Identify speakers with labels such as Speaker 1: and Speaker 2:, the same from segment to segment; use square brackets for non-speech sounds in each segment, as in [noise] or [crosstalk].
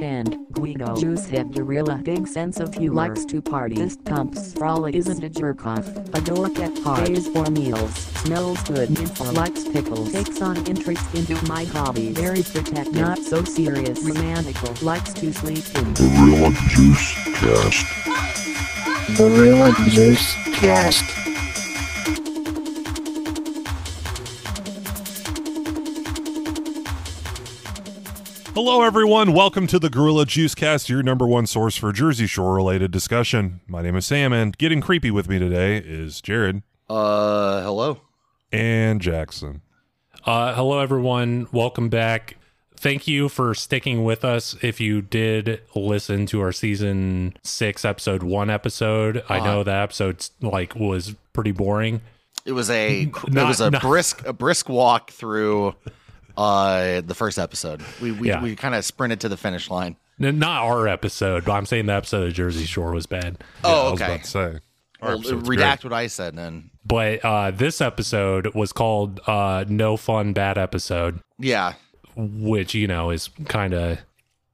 Speaker 1: and Guido Jews have the real big sense of humor. Likes to party. This Comps frolic isn't a jerk off. A dork at parties or meals. Smells good. Info likes pickles. Takes on interest into my hobby. Very protective. Not so serious. Romantical. Likes to sleep in.
Speaker 2: Gorilla Juice Cast.
Speaker 3: Gorilla Juice Cast.
Speaker 4: Hello, everyone. Welcome to the Gorilla Juice Cast, your number one source for Jersey Shore related discussion. My name is Sam, and getting creepy with me today is Jared
Speaker 5: Uh, hello.
Speaker 4: and Jackson.
Speaker 6: Uh, hello, everyone. Welcome back. Thank you for sticking with us. If you did listen to our season six, episode one episode, I know that episode like was pretty boring.
Speaker 5: It
Speaker 4: [laughs]
Speaker 5: was a it
Speaker 6: not-
Speaker 5: was a
Speaker 6: not-
Speaker 5: brisk a brisk walk through uh the first episode. We we,
Speaker 6: Yeah.
Speaker 5: we kind of sprinted to the finish line.
Speaker 6: N- Not our episode, but I'm saying the episode of Jersey Shore was bad.
Speaker 4: I
Speaker 5: oh,
Speaker 4: was
Speaker 5: okay.
Speaker 4: about to say. Our
Speaker 5: Well,
Speaker 4: episode's great.
Speaker 5: redact what I said then.
Speaker 6: But uh, this episode was called uh, "No Fun Bad Episode,"
Speaker 5: Yeah.
Speaker 6: which you know is kind of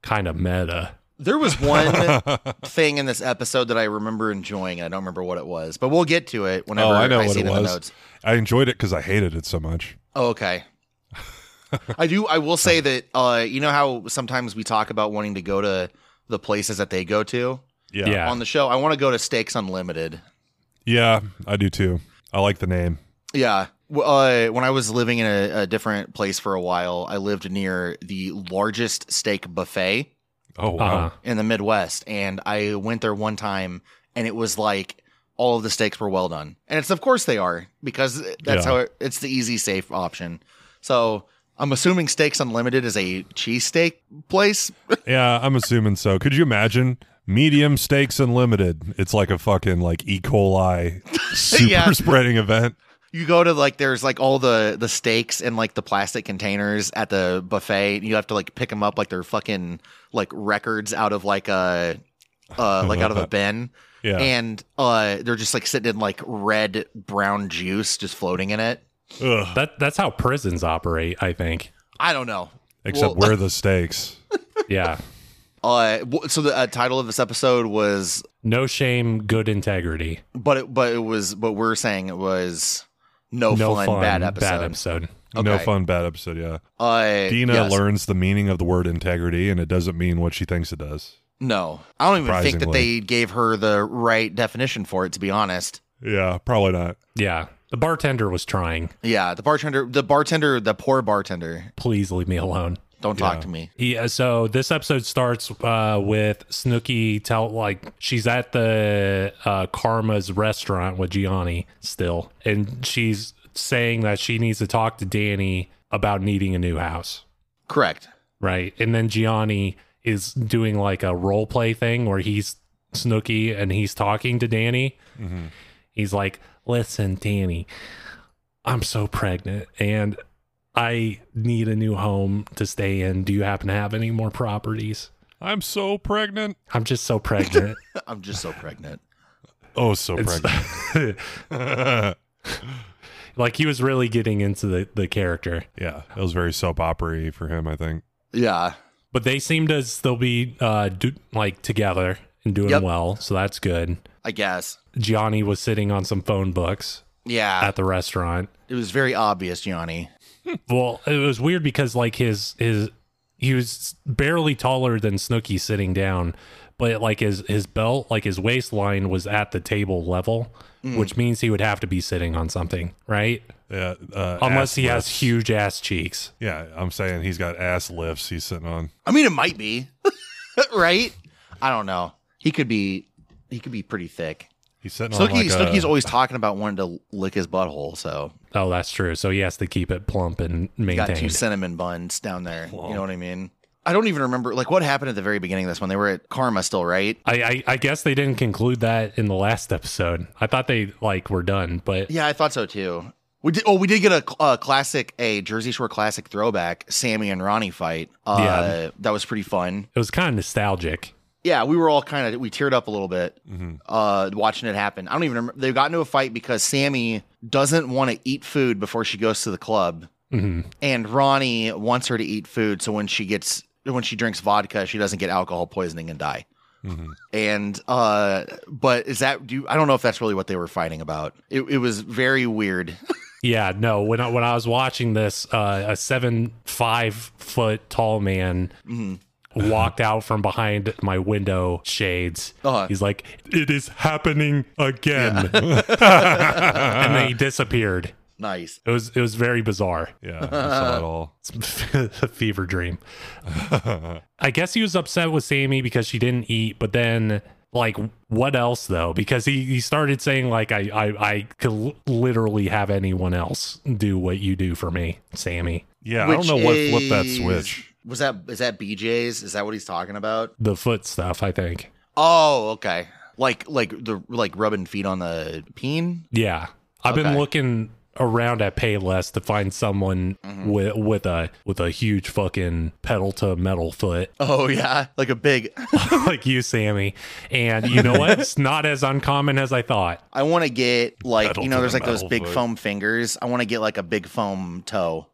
Speaker 6: kind of meta.
Speaker 5: There
Speaker 4: [laughs]
Speaker 5: was one thing in this episode that I remember enjoying, and I don't remember what it was, but we'll get to it whenever
Speaker 4: Oh, I
Speaker 5: I,
Speaker 4: know what
Speaker 5: see
Speaker 4: it
Speaker 5: it in the
Speaker 4: was.
Speaker 5: notes.
Speaker 4: I enjoyed it because I hated it so much. [laughs]
Speaker 5: Oh, okay. I do. I will say that uh, you know how sometimes we talk about wanting to go to the places that they go to
Speaker 4: Yeah.
Speaker 6: Yeah.
Speaker 5: on the show. I want to go to Steaks Unlimited.
Speaker 4: Yeah, I do too. I like the name.
Speaker 5: Yeah. W- Uh, when I was living in a, a different place for a while, I lived near the largest steak buffet
Speaker 4: Oh, wow.
Speaker 6: Uh,
Speaker 5: in the Midwest. And I went there one time and it was like all of the steaks were well done. And it's, of course, they are because that's
Speaker 6: Yeah.
Speaker 5: how it, it's the easy, safe option. So I'm assuming Steaks Unlimited is a cheesesteak place.
Speaker 4: Yeah, I'm assuming so. Could you imagine? Medium stakes unlimited. It's like a fucking like E.
Speaker 5: [laughs]
Speaker 4: coli super
Speaker 5: Yeah.
Speaker 4: spreading event.
Speaker 5: You go to like, there's like all the, the steaks in like the plastic containers at the buffet and you have to like pick them up like they're fucking like records out of like a. Uh, like out of a bin,
Speaker 4: Yeah.
Speaker 5: and uh, they're just like sitting in like red brown juice, just floating in it.
Speaker 4: Ugh.
Speaker 6: that that's how prisons operate. I think.
Speaker 5: I don't know.
Speaker 4: Except
Speaker 5: Well,
Speaker 4: where the stakes.
Speaker 6: Yeah.
Speaker 5: Uh, w- so the uh, title of this episode was,
Speaker 6: No shame, good integrity.
Speaker 5: but it, but it was, but we're saying it was no, Oh, fun, bad episode.
Speaker 6: episode.
Speaker 4: No
Speaker 5: Okay.
Speaker 4: fun, bad episode. Yeah.
Speaker 5: Uh,
Speaker 4: Dina
Speaker 5: yes.
Speaker 4: learns the meaning of the word integrity, and it doesn't mean what she thinks it does.
Speaker 5: No, I don't even think that
Speaker 4: Surprisingly.
Speaker 5: they gave her the right definition for it. To be honest,
Speaker 4: Yeah, probably not.
Speaker 6: Yeah. The bartender was trying.
Speaker 5: yeah, the bartender, the bartender, the poor bartender.
Speaker 6: Please leave me alone.
Speaker 5: Don't talk to me.
Speaker 6: Yeah, so this episode starts uh, with Snooky tell like she's at the uh, Karma's restaurant with Gianni still, and she's saying that she needs to talk to Danny about needing a new house,
Speaker 5: Correct. [laughs]
Speaker 6: right? And then Gianni is doing like a role play thing where he's Snooky and he's talking to Danny,
Speaker 4: Mhm.
Speaker 6: he's like, "Listen, Danny, I'm so pregnant and I need a new home to stay in. Do you happen to have any more properties?
Speaker 4: I'm so pregnant.
Speaker 6: I'm just so pregnant.
Speaker 5: I'm just so pregnant.
Speaker 4: Oh, so
Speaker 6: It's-
Speaker 4: pregnant.
Speaker 6: [laughs] like he was really getting into the the character.
Speaker 4: yeah, that was very soap opery for him, I think.
Speaker 5: Yeah,
Speaker 6: But they seem to still be uh do, like together and doing
Speaker 5: Yep.
Speaker 6: well, so that's good.
Speaker 5: I guess.
Speaker 6: Gianni was sitting on some phone books
Speaker 5: Yeah,
Speaker 6: at the restaurant.
Speaker 5: it was very obvious, Johnny.
Speaker 6: Well, it was weird because like his his he was barely taller than Snooky sitting down, but like his his belt, like his waistline was at the table level,
Speaker 5: Mm.
Speaker 6: which means he would have to be sitting on something, right?
Speaker 4: Yeah, uh,
Speaker 6: Unless
Speaker 4: ass
Speaker 6: he has
Speaker 4: lifts.
Speaker 6: huge ass cheeks.
Speaker 4: Yeah, I'm saying he's got ass lifts he's sitting on.
Speaker 5: I mean, it might be, [laughs] right? I don't know. He could be. He could be pretty thick.
Speaker 4: He's sitting
Speaker 5: Snooky,
Speaker 4: on like
Speaker 5: Snooky's
Speaker 4: a,
Speaker 5: always talking about wanting to lick his butthole, so
Speaker 6: Oh, that's true. So he has to keep it plump and
Speaker 5: he got two
Speaker 6: maintained.
Speaker 5: cinnamon buns down there. You know what I mean? I don't even remember like what happened at the very beginning of this one. They were at Karma still, right?
Speaker 6: I, I I guess they didn't conclude that in the last episode. I thought they like were done, but
Speaker 5: Yeah, I thought so too. We did. Oh, we did get a, a classic, a Jersey Shore classic throwback, Sammy and Ronnie fight. Uh,
Speaker 6: Yeah.
Speaker 5: that was pretty fun.
Speaker 6: it was kind of nostalgic.
Speaker 5: Yeah, we were all kind of we teared up a little bit
Speaker 4: Mhm.
Speaker 5: uh, watching it happen. I don't even remember. They got into a fight because Sammy doesn't want to eat food before she goes to the club.
Speaker 6: hmm
Speaker 5: and Ronnie wants her to eat food. So when she gets when she drinks vodka, she doesn't get alcohol poisoning and die.
Speaker 4: Mhm.
Speaker 5: And uh, but is that do you, I don't know if that's really what they were fighting about. It, it was very weird.
Speaker 6: Yeah, no. When I, when I was watching this, uh, a seven five foot tall man walked out from behind my window shades.
Speaker 5: Uh-huh.
Speaker 6: He's like, "It is happening again," and then he disappeared.
Speaker 5: nice.
Speaker 6: It was it was very bizarre.
Speaker 4: [laughs] Yeah, I saw it all.
Speaker 6: It's [laughs] a fever dream. I guess he was upset with Sammy because she didn't eat, but then like what else though? Because he, he started saying like I, I I could l- literally have anyone else do what you do for me, Sammy.
Speaker 4: Yeah, I don't
Speaker 5: Which
Speaker 4: know what flipped that
Speaker 5: is-
Speaker 4: switch.
Speaker 5: Was that is that BJ's? Is that what he's talking about?
Speaker 6: The foot stuff, I think.
Speaker 5: Oh, okay. Like like the like rubbing feet on the peen.
Speaker 6: Yeah. I've been
Speaker 5: Okay.
Speaker 6: looking around at Payless to find someone
Speaker 5: Mm-hmm.
Speaker 6: with with a with a huge fucking pedal to metal foot. [laughs]
Speaker 5: Oh [laughs] yeah, like a big. [laughs]
Speaker 6: like you, Sammy. And you know what? It's not as uncommon as I thought.
Speaker 5: I want to get like
Speaker 4: Metal
Speaker 5: you know,
Speaker 4: to
Speaker 5: there's
Speaker 4: the
Speaker 5: like those
Speaker 4: metal
Speaker 5: big
Speaker 4: foot.
Speaker 5: foam fingers. I want to get like a big foam toe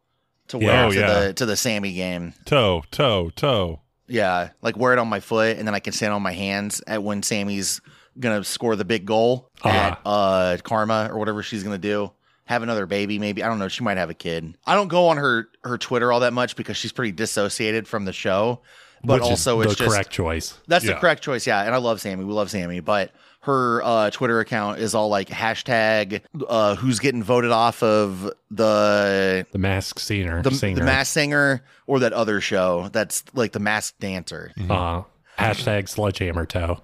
Speaker 5: to wear
Speaker 6: Yeah.
Speaker 4: Oh,
Speaker 5: to
Speaker 4: yeah.
Speaker 5: the to the Sammy game.
Speaker 4: Toe, toe,
Speaker 5: [laughs]
Speaker 4: toe.
Speaker 5: Yeah, like wear it on my foot, and then I can stand on my hands at when Sammy's gonna score the big goal
Speaker 6: Uh-huh.
Speaker 5: at uh Karma or whatever she's gonna do. Have another baby, maybe. I don't know. She might have a kid. I don't go on her her Twitter all that much because she's pretty dissociated from the show. But
Speaker 6: which is
Speaker 5: also,
Speaker 6: the
Speaker 5: it's just
Speaker 6: correct choice.
Speaker 5: that's
Speaker 4: Yeah.
Speaker 5: the correct choice. Yeah, and I love Sammy. We love Sammy, but her uh, Twitter account is all like hashtag uh, who's getting voted off of the
Speaker 6: The mask singer.
Speaker 5: the,
Speaker 6: singer.
Speaker 5: the mass singer or that other show that's like the masked dancer.
Speaker 6: Uh, hashtag sledgehammer toe.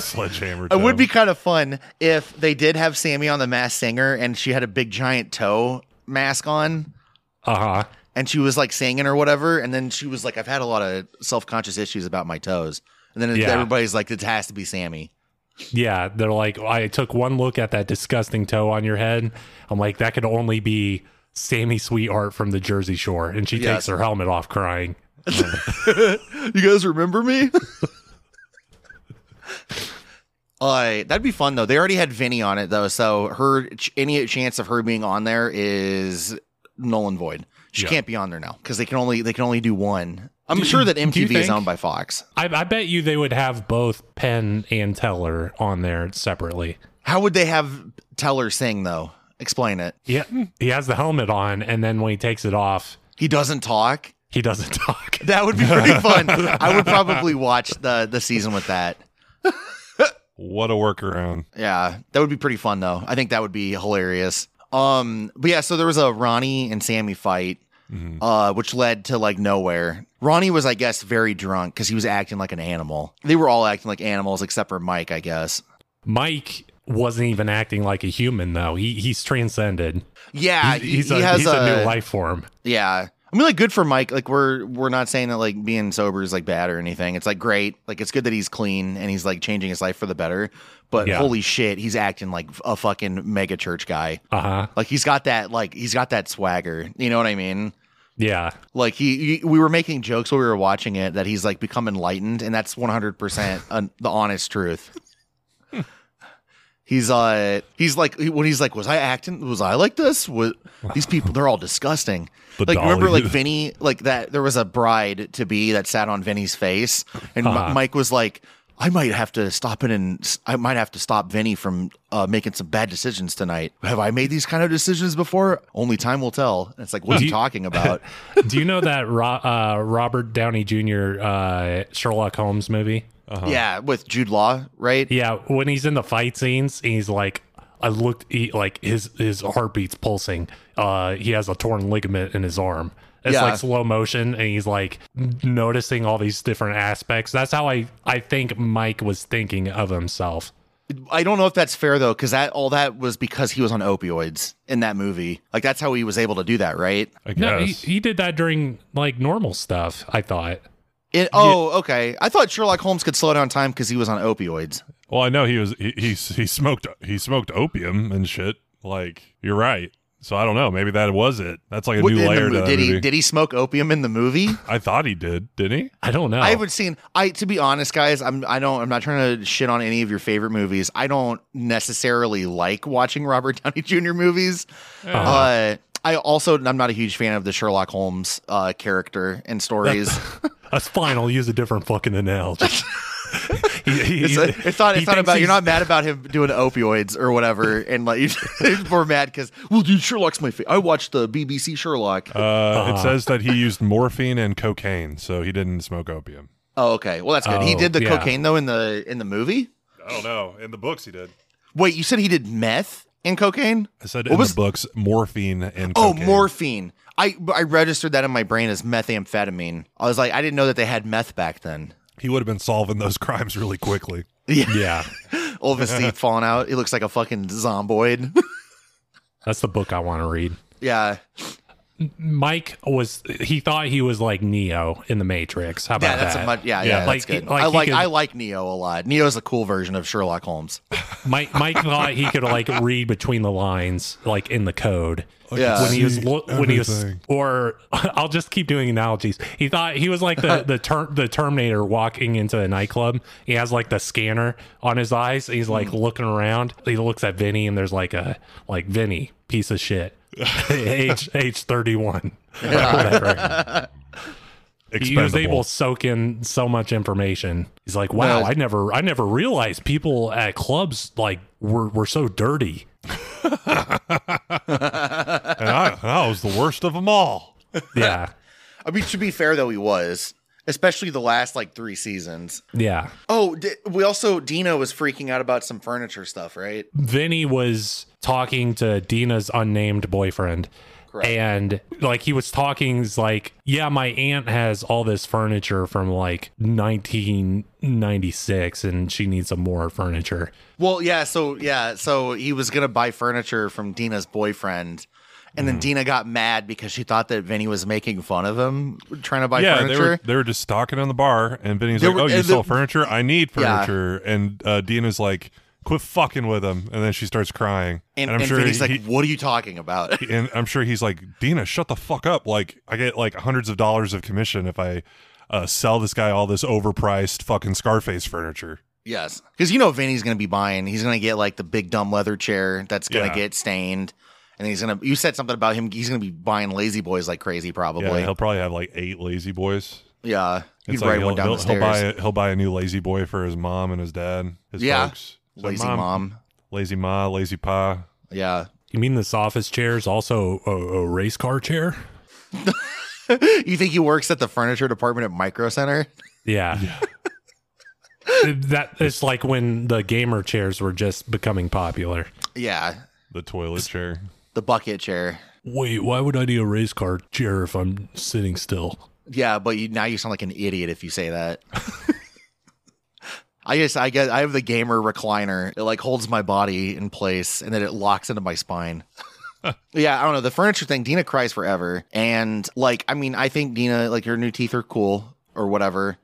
Speaker 4: Sledgehammer.
Speaker 5: It would
Speaker 4: toe.
Speaker 5: be kind of fun if they did have Sammy on the mass singer and she had a big giant toe mask on
Speaker 6: Uh huh.
Speaker 5: and she was like singing or whatever and then she was like I've had a lot of self-conscious issues about my toes. And then it's-
Speaker 6: Yeah.
Speaker 5: everybody's like it has to be Sammy.
Speaker 6: Yeah. They're like, I took one look at that disgusting toe on your head. I'm like, that could only be Sammy Sweetheart from the Jersey Shore. And she
Speaker 5: Yes.
Speaker 6: takes her helmet off crying.
Speaker 5: You guys remember me? [laughs] Uh, that'd be fun though. They already had Vinny on it though, so her ch- any chance of her being on there is null and void. She
Speaker 4: Yeah.
Speaker 5: can't be on there now because they can only they can only do one. I'm sure that
Speaker 6: you
Speaker 5: MTV is
Speaker 6: think-
Speaker 5: owned by Fox.
Speaker 6: I, I bet you they would have both Penn and Teller on there separately.
Speaker 5: How would they have Teller sing though? Explain it.
Speaker 6: Yeah. He has the helmet on. And then when he takes it off,
Speaker 5: He doesn't talk.
Speaker 6: he doesn't [laughs] talk.
Speaker 5: That would be
Speaker 6: [laughs]
Speaker 5: pretty fun. I would probably watch the the season with that.
Speaker 4: What a workaround.
Speaker 5: Yeah, that would be pretty fun though. I think that would be hilarious. Um, but yeah, so there was a Ronnie and Sammy fight,
Speaker 6: Mm-hmm.
Speaker 5: uh, which led to like nowhere. Ronnie was, I guess, very drunk because he was acting like an animal. They were all acting like animals except for Mike, I guess.
Speaker 6: Mike wasn't even acting like a human though. He he's transcended.
Speaker 5: Yeah,
Speaker 6: He's, he's
Speaker 5: he,
Speaker 6: a,
Speaker 5: he has
Speaker 6: he's a, new life form.
Speaker 5: Yeah. I mean, like, good for Mike. Like, we're we're not saying that like being sober is like bad or anything. It's like great. Like, it's good that he's clean and he's like changing his life for the better. But
Speaker 6: Yeah.
Speaker 5: holy shit, he's acting like a fucking mega church guy.
Speaker 6: Uh huh.
Speaker 5: Like he's got that like he's got that swagger. You know what I mean?
Speaker 6: Yeah.
Speaker 5: Like he, he we were making jokes while we were watching it that he's like become enlightened and that's 100% un- the honest truth. He's uh he's like when he's like was I acting was I like this? Was, these people they're all disgusting.
Speaker 4: The
Speaker 5: like remember
Speaker 4: dolly.
Speaker 5: like Vinny like that there was a bride to be that sat on Vinny's face and Mi- Mike was like I might have to stop it and I might have to stop Vinny from uh, making some bad decisions tonight. Have I made these kind of decisions before? Only time will tell. And it's like what are you talking about?
Speaker 6: Do you know that Ro- uh, Robert Downey Jr. Uh, Sherlock Holmes movie?
Speaker 4: Uh-huh.
Speaker 5: Yeah, with Jude Law, right?
Speaker 6: Yeah, when he's in the fight scenes, he's like, I looked, he, like his his heartbeat's pulsing. Uh, he has a torn ligament in his arm. It's
Speaker 5: Yeah.
Speaker 6: like slow motion, and he's like noticing all these different aspects. That's how I I think Mike was thinking of himself.
Speaker 5: I don't know if that's fair though, because that all that was because he was on opioids in that movie. Like that's how he was able to do that, right?
Speaker 4: I
Speaker 6: No, he,
Speaker 4: guess.
Speaker 6: he did that during like normal stuff. I thought.
Speaker 5: It, oh, okay. I thought Sherlock Holmes could slow down time because he was on opioids.
Speaker 4: well, I know he was he, he he smoked he smoked opium and shit. Like you're right. So I don't know. Maybe that was it. That's like a
Speaker 5: What-
Speaker 4: new
Speaker 5: in the
Speaker 4: layer
Speaker 5: mo-
Speaker 4: to that
Speaker 5: did
Speaker 4: movie.
Speaker 5: he did he smoke opium in
Speaker 4: [laughs]
Speaker 5: the movie?
Speaker 4: I thought he did, didn't he?
Speaker 6: I don't know.
Speaker 5: I haven't seen. I to be honest, guys, I'm I don't I'm not trying to shit on any of your favorite movies. I don't necessarily like watching Robert Downey Jr. movies.
Speaker 4: Uh-huh. [laughs]
Speaker 5: Uh, I also I'm not a huge fan of the Sherlock Holmes uh, character and stories.
Speaker 6: That's fine. I'll use a different fucking analogy. He- he-
Speaker 5: It's,
Speaker 4: uh,
Speaker 6: he-
Speaker 5: it's not.
Speaker 6: he
Speaker 5: It's not
Speaker 6: thinks
Speaker 5: about. You're
Speaker 6: he's-
Speaker 5: not mad about him doing opioids or whatever, and [laughs] like we're mad because well, dude, Sherlock's my favorite. I watched the BBC Sherlock.
Speaker 4: Uh,
Speaker 5: uh-huh.
Speaker 4: It says that he used morphine and cocaine, so he didn't smoke opium.
Speaker 5: oh, okay. Well, that's good. he
Speaker 6: oh,
Speaker 5: did the
Speaker 6: yeah.
Speaker 5: cocaine though in the in the movie.
Speaker 4: I don't know. In the books, he did.
Speaker 5: Wait, you said he did meth and cocaine?
Speaker 4: I said
Speaker 5: What
Speaker 4: in
Speaker 5: was-
Speaker 4: the books, morphine and
Speaker 5: Oh,
Speaker 4: cocaine.
Speaker 5: morphine. I I registered that in my brain as methamphetamine. I was like, I didn't know that they had meth back then.
Speaker 4: He would have been solving those [laughs] crimes really quickly.
Speaker 5: Yeah,
Speaker 6: Yeah,
Speaker 5: obviously
Speaker 6: [laughs]
Speaker 5: falling out. He looks like a fucking zomboid. [laughs]
Speaker 6: that's the book I want to read.
Speaker 5: yeah,
Speaker 6: Mike was he thought he was like Neo in the Matrix. How about
Speaker 5: yeah, that's
Speaker 6: that?
Speaker 5: a much. Yeah, yeah, that's
Speaker 6: like,
Speaker 5: good.
Speaker 6: like
Speaker 5: I
Speaker 6: he
Speaker 5: like
Speaker 6: could-
Speaker 5: I like Neo a lot. Neo's a cool version of Sherlock Holmes.
Speaker 6: Mike Mike thought he could like read between the lines, like in the code.
Speaker 5: Yeah.
Speaker 6: when he was
Speaker 4: See
Speaker 6: lo- when he was
Speaker 4: everything.
Speaker 6: or [laughs] I'll just keep doing analogies. He thought he was like the the ter- the Terminator walking into a nightclub. He has like the scanner on his eyes. He's like
Speaker 4: Hmm.
Speaker 6: looking around. He looks at Vinny and there's like a like Vinny piece of
Speaker 4: [laughs]
Speaker 6: shit. age age 31 whatever. he was
Speaker 4: Expendable.
Speaker 6: able to soak in so much information he's like wow
Speaker 5: No.
Speaker 6: i never i never realized people at clubs like were, were so dirty
Speaker 4: and I, I was the worst of them all.
Speaker 6: yeah
Speaker 5: I mean, to be fair though, he was, especially the last like three seasons.
Speaker 6: yeah
Speaker 5: Oh, di- we also Dino was freaking out about some furniture stuff, right?
Speaker 6: Vinny was talking to Dina's unnamed boyfriend.
Speaker 5: Correct.
Speaker 6: And like he was talking, he's like, yeah, my aunt has all this furniture from like 1996 and she needs some more furniture.
Speaker 5: Well, yeah, so yeah, so he was gonna buy furniture from Dina's boyfriend, and then Dina got mad because she thought that Vinny was making fun of him trying to buy
Speaker 4: yeah,
Speaker 5: furniture.
Speaker 4: they were they were just stocking on the bar, and Vinny's
Speaker 5: They
Speaker 4: like,
Speaker 5: were-
Speaker 4: "Oh, you
Speaker 5: and
Speaker 4: sell
Speaker 5: the-
Speaker 4: furniture? I need
Speaker 5: Yeah.
Speaker 4: furniture." And uh, Dina's like, "Quit fucking with him," and then she starts crying.
Speaker 5: and,
Speaker 4: I'm
Speaker 5: and
Speaker 4: sure
Speaker 5: Vinny's
Speaker 4: he,
Speaker 5: like, "What are you talking
Speaker 4: [laughs]
Speaker 5: about?"
Speaker 4: and I'm sure he's like, "Dina, shut the fuck up! Like, I get like hundreds of dollars of commission if I uh, sell this guy all this overpriced fucking Scarface furniture."
Speaker 5: yes, because you know Vinny's gonna be buying. He's gonna get like the big dumb leather chair that's gonna
Speaker 4: Yeah.
Speaker 5: get stained, and he's gonna. You said something about him. He's gonna be buying lazy boys like crazy,
Speaker 4: Yeah,
Speaker 5: probably.
Speaker 4: he'll probably have like eight lazy boys.
Speaker 5: Yeah, you
Speaker 4: It's
Speaker 5: could
Speaker 4: like
Speaker 5: ride
Speaker 4: he'll,
Speaker 5: one down
Speaker 4: he'll,
Speaker 5: the
Speaker 4: he'll
Speaker 5: stairs.
Speaker 4: buy a, he'll buy a new lazy boy for his mom and his dad. His
Speaker 5: Yeah.
Speaker 4: folks. He's like,
Speaker 5: lazy mom.
Speaker 4: lazy ma, lazy pa. [laughs]
Speaker 5: Yeah,
Speaker 6: You mean this office chair is also a, a race car chair?
Speaker 5: you think he works at the furniture department at Micro Center?
Speaker 6: Yeah. [laughs] that it's like when the gamer chairs were just becoming popular.
Speaker 5: Yeah,
Speaker 4: The toilet chair.
Speaker 5: the bucket chair.
Speaker 6: Wait, why would I need a race car chair if I'm sitting still?
Speaker 5: Yeah, but you, now you sound like an idiot if you say that. [laughs] I guess I guess I have the gamer recliner. It like holds my body in place and then it locks into my spine. [laughs] yeah, I don't know. The furniture thing, Dina cries forever. And like, I mean, I think Dina, like her new teeth are cool or whatever.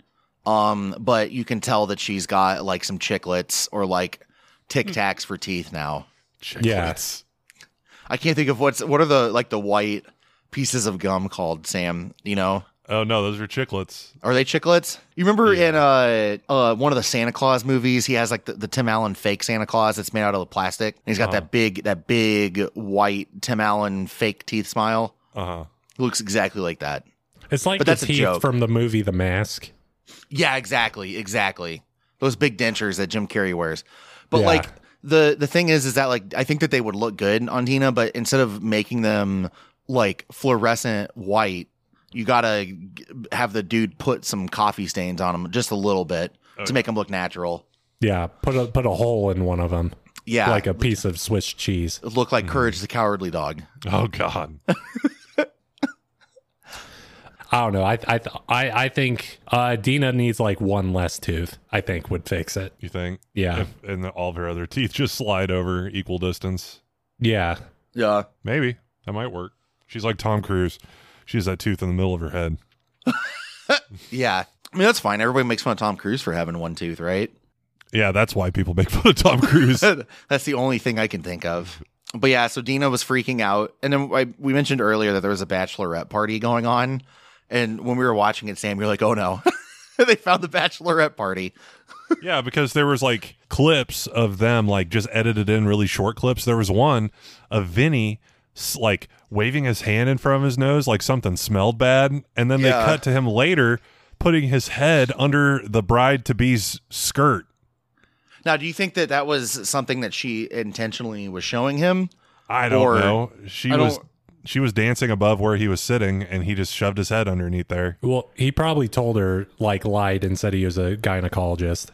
Speaker 5: Um, but you can tell that she's got like some chiclets or like tic tacs for teeth now.
Speaker 6: Yes.
Speaker 5: I can't think of what's what are the like the white pieces of gum called, Sam, you know?
Speaker 4: Oh no, those are chiclets.
Speaker 5: Are they chiclets? You remember in uh, uh, one of the Santa Claus movies, he has like the, the Tim Allen fake Santa Claus that's made out of plastic. And he's got that big, that big white Tim Allen fake teeth smile.
Speaker 4: Uh huh.
Speaker 5: He looks exactly like that.
Speaker 6: It's like
Speaker 5: But
Speaker 6: the
Speaker 5: that's a
Speaker 6: teeth
Speaker 5: joke.
Speaker 6: from the movie The Mask.
Speaker 5: Yeah, exactly, exactly. Those big dentures that Jim Carrey wears. But
Speaker 6: Yeah.
Speaker 5: like the the thing is, is that like I think that they would look good on Dina, but instead of making them like fluorescent white, you gotta g- have the dude put some coffee stains on them just a little bit to make them look natural.
Speaker 6: Yeah, put a put a hole in one of them,
Speaker 5: Yeah,
Speaker 6: like a Mm-hmm. piece of Swiss cheese.
Speaker 5: look like Courage the Cowardly Dog.
Speaker 4: Oh god.
Speaker 6: I don't know. I I th- I, I think uh, Dina needs like one less tooth. I think would fix it.
Speaker 4: You think?
Speaker 6: Yeah.
Speaker 4: If, and the- all of her other teeth just slide over equal distance.
Speaker 6: Yeah,
Speaker 5: Yeah,
Speaker 4: Maybe that might work. She's like Tom Cruise. She has that tooth in the middle of her head.
Speaker 5: yeah. I mean that's fine. Everybody makes fun of Tom Cruise for having one tooth, right?
Speaker 4: Yeah, that's why people make [laughs] fun of Tom Cruise.
Speaker 5: [laughs] That's the only thing I can think of. But yeah, so Dina was freaking out, and then I, we mentioned earlier that there was a bachelorette party going on, and when we were watching it, Sam, you're like, "Oh no, [laughs] they found the bachelorette party."
Speaker 4: yeah, because there was like clips of them, like just edited in really short clips. There was one of Vinny s- like waving his hand in front of his nose, like something smelled bad, and then they
Speaker 5: Yeah.
Speaker 4: cut to him later putting his head under the bride to be's skirt.
Speaker 5: Now, do you think that that was something that she intentionally was showing him?
Speaker 4: I don't
Speaker 5: Or-
Speaker 4: know. She
Speaker 5: I don't-
Speaker 4: was she was dancing above where he was sitting, and he just shoved his head underneath there.
Speaker 6: Well, he probably told her, like, lied and said he was a gynecologist.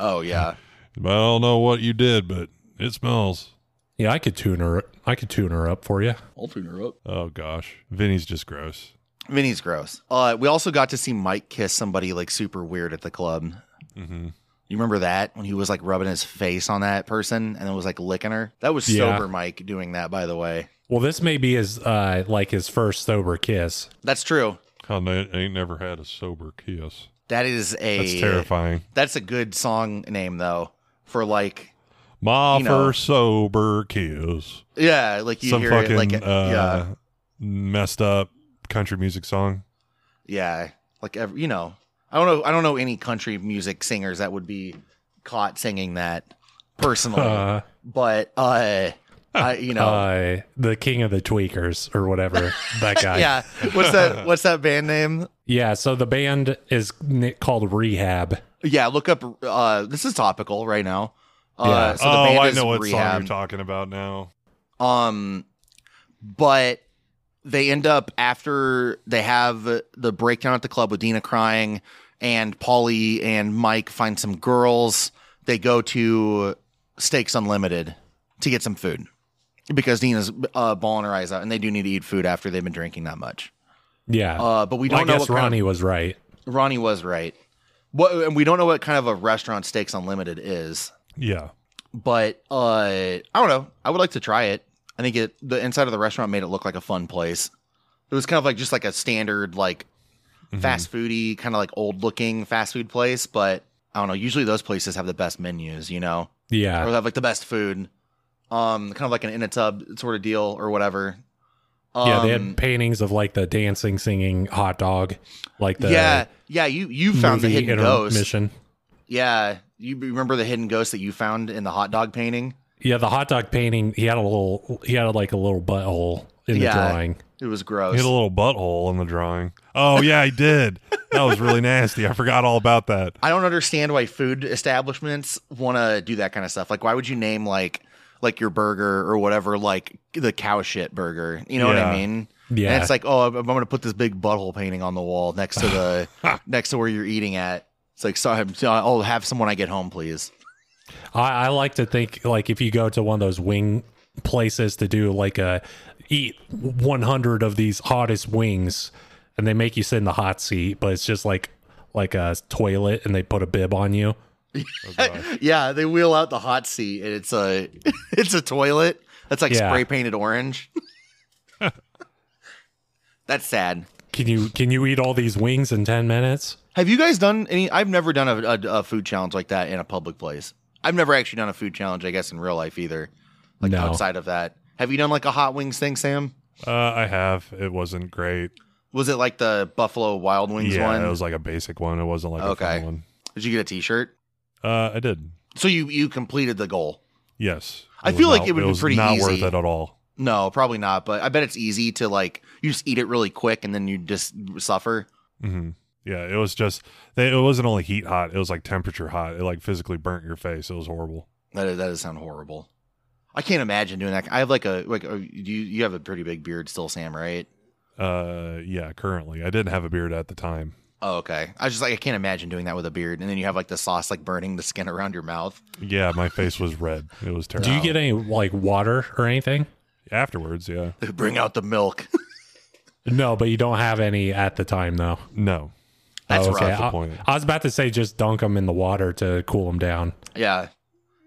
Speaker 5: Oh yeah.
Speaker 4: I don't know what you did, but it smells.
Speaker 6: Yeah, I could tune her. I could tune her up for you.
Speaker 5: I'll turn her up.
Speaker 4: Oh gosh, Vinny's just gross.
Speaker 5: [sighs] Vinny's gross. Uh, we also got to see Mike kiss somebody like super weird at the club. Mm-hmm.
Speaker 4: hmm
Speaker 5: You remember that when he was like rubbing his face on that person and then was like licking her? That was
Speaker 6: Yeah.
Speaker 5: sober Mike doing that, by the way.
Speaker 6: Well, this may be his uh, like his first sober kiss.
Speaker 5: That's true.
Speaker 4: I ne- ain't never had a sober kiss.
Speaker 5: That is a
Speaker 4: That's terrifying.
Speaker 5: That's a good song name though for like
Speaker 4: My
Speaker 5: You know.
Speaker 4: first sober kiss.
Speaker 5: yeah like you
Speaker 4: Some
Speaker 5: hear
Speaker 4: fucking
Speaker 5: it like
Speaker 4: uh,
Speaker 5: yeah
Speaker 4: messed up country music song.
Speaker 5: yeah like every, you know I don't know I don't know any country music singers that would be caught singing that
Speaker 4: [laughs]
Speaker 5: personally
Speaker 6: Uh,
Speaker 5: but uh I, you know
Speaker 6: uh, the king of the tweakers or whatever
Speaker 5: [laughs]
Speaker 6: that guy.
Speaker 5: yeah
Speaker 4: [laughs]
Speaker 5: what's that what's that band name
Speaker 6: Yeah, So the band is n- called Rehab.
Speaker 5: yeah look up uh this is topical right now uh
Speaker 6: Yeah.
Speaker 5: so the
Speaker 4: oh,
Speaker 5: band
Speaker 4: I
Speaker 5: is
Speaker 4: know what song
Speaker 5: Rehab.
Speaker 4: you're talking about now.
Speaker 5: Um, but they end up after they have the breakdown at the club with Dina crying, and Polly and Mike find some girls. They go to Steaks Unlimited to get some food because Dina's uh, bawling her eyes out, and they do need to eat food after they've been drinking that much.
Speaker 6: Yeah.
Speaker 5: Uh, but we don't
Speaker 6: I
Speaker 5: know
Speaker 6: guess
Speaker 5: what kind of-
Speaker 6: Ronnie was right.
Speaker 5: Ronnie was right. What, and we don't know what kind of a restaurant Steaks Unlimited is
Speaker 4: Yeah.
Speaker 5: but uh, I don't know. I would like to try it. I think it the inside of the restaurant made it look like a fun place. It was kind of like just like a standard like
Speaker 6: Mm-hmm.
Speaker 5: fast foody kind of like old looking fast food place, but I don't know. Usually those places have the best menus, you know, or
Speaker 6: Yeah.
Speaker 5: they have like the best food. Um, kind of like an in a tub sort of deal or whatever. Um,
Speaker 6: yeah. They had paintings of like the dancing, singing hot dog, like the
Speaker 5: yeah, yeah. You you found the
Speaker 6: uh, movie
Speaker 5: hidden ghost.
Speaker 6: intermission.
Speaker 5: Yeah, you remember the hidden ghost that you found in the hot dog painting?
Speaker 6: Yeah, the hot dog painting. He had a little. He had like a little butthole in
Speaker 5: Yeah.
Speaker 6: the drawing.
Speaker 5: It was
Speaker 4: He
Speaker 5: gross.
Speaker 4: had a little butthole in the drawing. Oh yeah, he did. that was really nasty. I forgot all about that.
Speaker 5: I don't understand why food establishments want to do that kind of stuff. Like, why would you name like like your burger or whatever like the cow shit burger? You know what I
Speaker 4: Yeah.
Speaker 5: mean?
Speaker 6: Yeah.
Speaker 5: And it's like, oh, I'm, I'm gonna put this big butthole painting on the wall next to
Speaker 6: [laughs]
Speaker 5: the next to where you're eating at. It's like, so I'm, so I'll have some when I get home, please.
Speaker 6: I, I like to think like if you go to one of those wing places to do like a eat 100 of these hottest wings, and they make you sit in the hot seat, but it's just like like a toilet, and they put a bib on you.
Speaker 5: yeah, they wheel out the hot seat, and it's a [laughs] it's a toilet that's like
Speaker 6: Yeah.
Speaker 5: spray painted
Speaker 6: [laughs]
Speaker 5: orange. that's sad.
Speaker 6: Can you can you eat all these wings in 10 minutes?
Speaker 5: Have you guys done any? I've never done a, a, a food challenge like that in a public place. I've never actually done a food challenge, I guess, in real life either. Like
Speaker 6: No.
Speaker 5: outside of that, have you done like a hot wings thing, Sam?
Speaker 4: Uh, I have. It wasn't great.
Speaker 5: Was it like the Buffalo Wild Wings
Speaker 4: yeah,
Speaker 5: one?
Speaker 4: it was like a basic one. It wasn't like a
Speaker 5: Okay.
Speaker 4: fun one.
Speaker 5: Did you get a T-shirt?
Speaker 4: Uh, I did.
Speaker 5: So you you completed the goal?
Speaker 4: Yes.
Speaker 5: I
Speaker 4: was
Speaker 5: feel like
Speaker 4: not-
Speaker 5: it would be
Speaker 4: was
Speaker 5: pretty
Speaker 4: not worth
Speaker 5: easy.
Speaker 4: it at all.
Speaker 5: No, probably not. But I bet it's easy to like you just eat it really quick and then you just suffer.
Speaker 4: hmm Yeah, it was just they, it wasn't only heat hot; it was like temperature hot. It like physically burnt your face. It was horrible.
Speaker 5: That that does sound horrible. I can't imagine doing that. I have like a like a, you you have a pretty big beard still, Sam, right?
Speaker 4: Uh, yeah. Currently, I didn't have a beard at the time.
Speaker 5: Oh, okay. I was just like, I can't imagine doing that with a beard. And then you have like the sauce like burning the skin around your mouth.
Speaker 4: Yeah, my face was red. It was terrible.
Speaker 6: Do you get any like water or anything?
Speaker 4: afterwards? Yeah.
Speaker 5: Bring out the milk. [laughs]
Speaker 6: No, but you don't have any at the time though.
Speaker 4: No. [laughs]
Speaker 5: That's
Speaker 6: Oh, okay.
Speaker 5: rough.
Speaker 4: the
Speaker 6: I,
Speaker 4: point.
Speaker 6: I was about to say just dunk them in the water to cool them down.
Speaker 5: Yeah.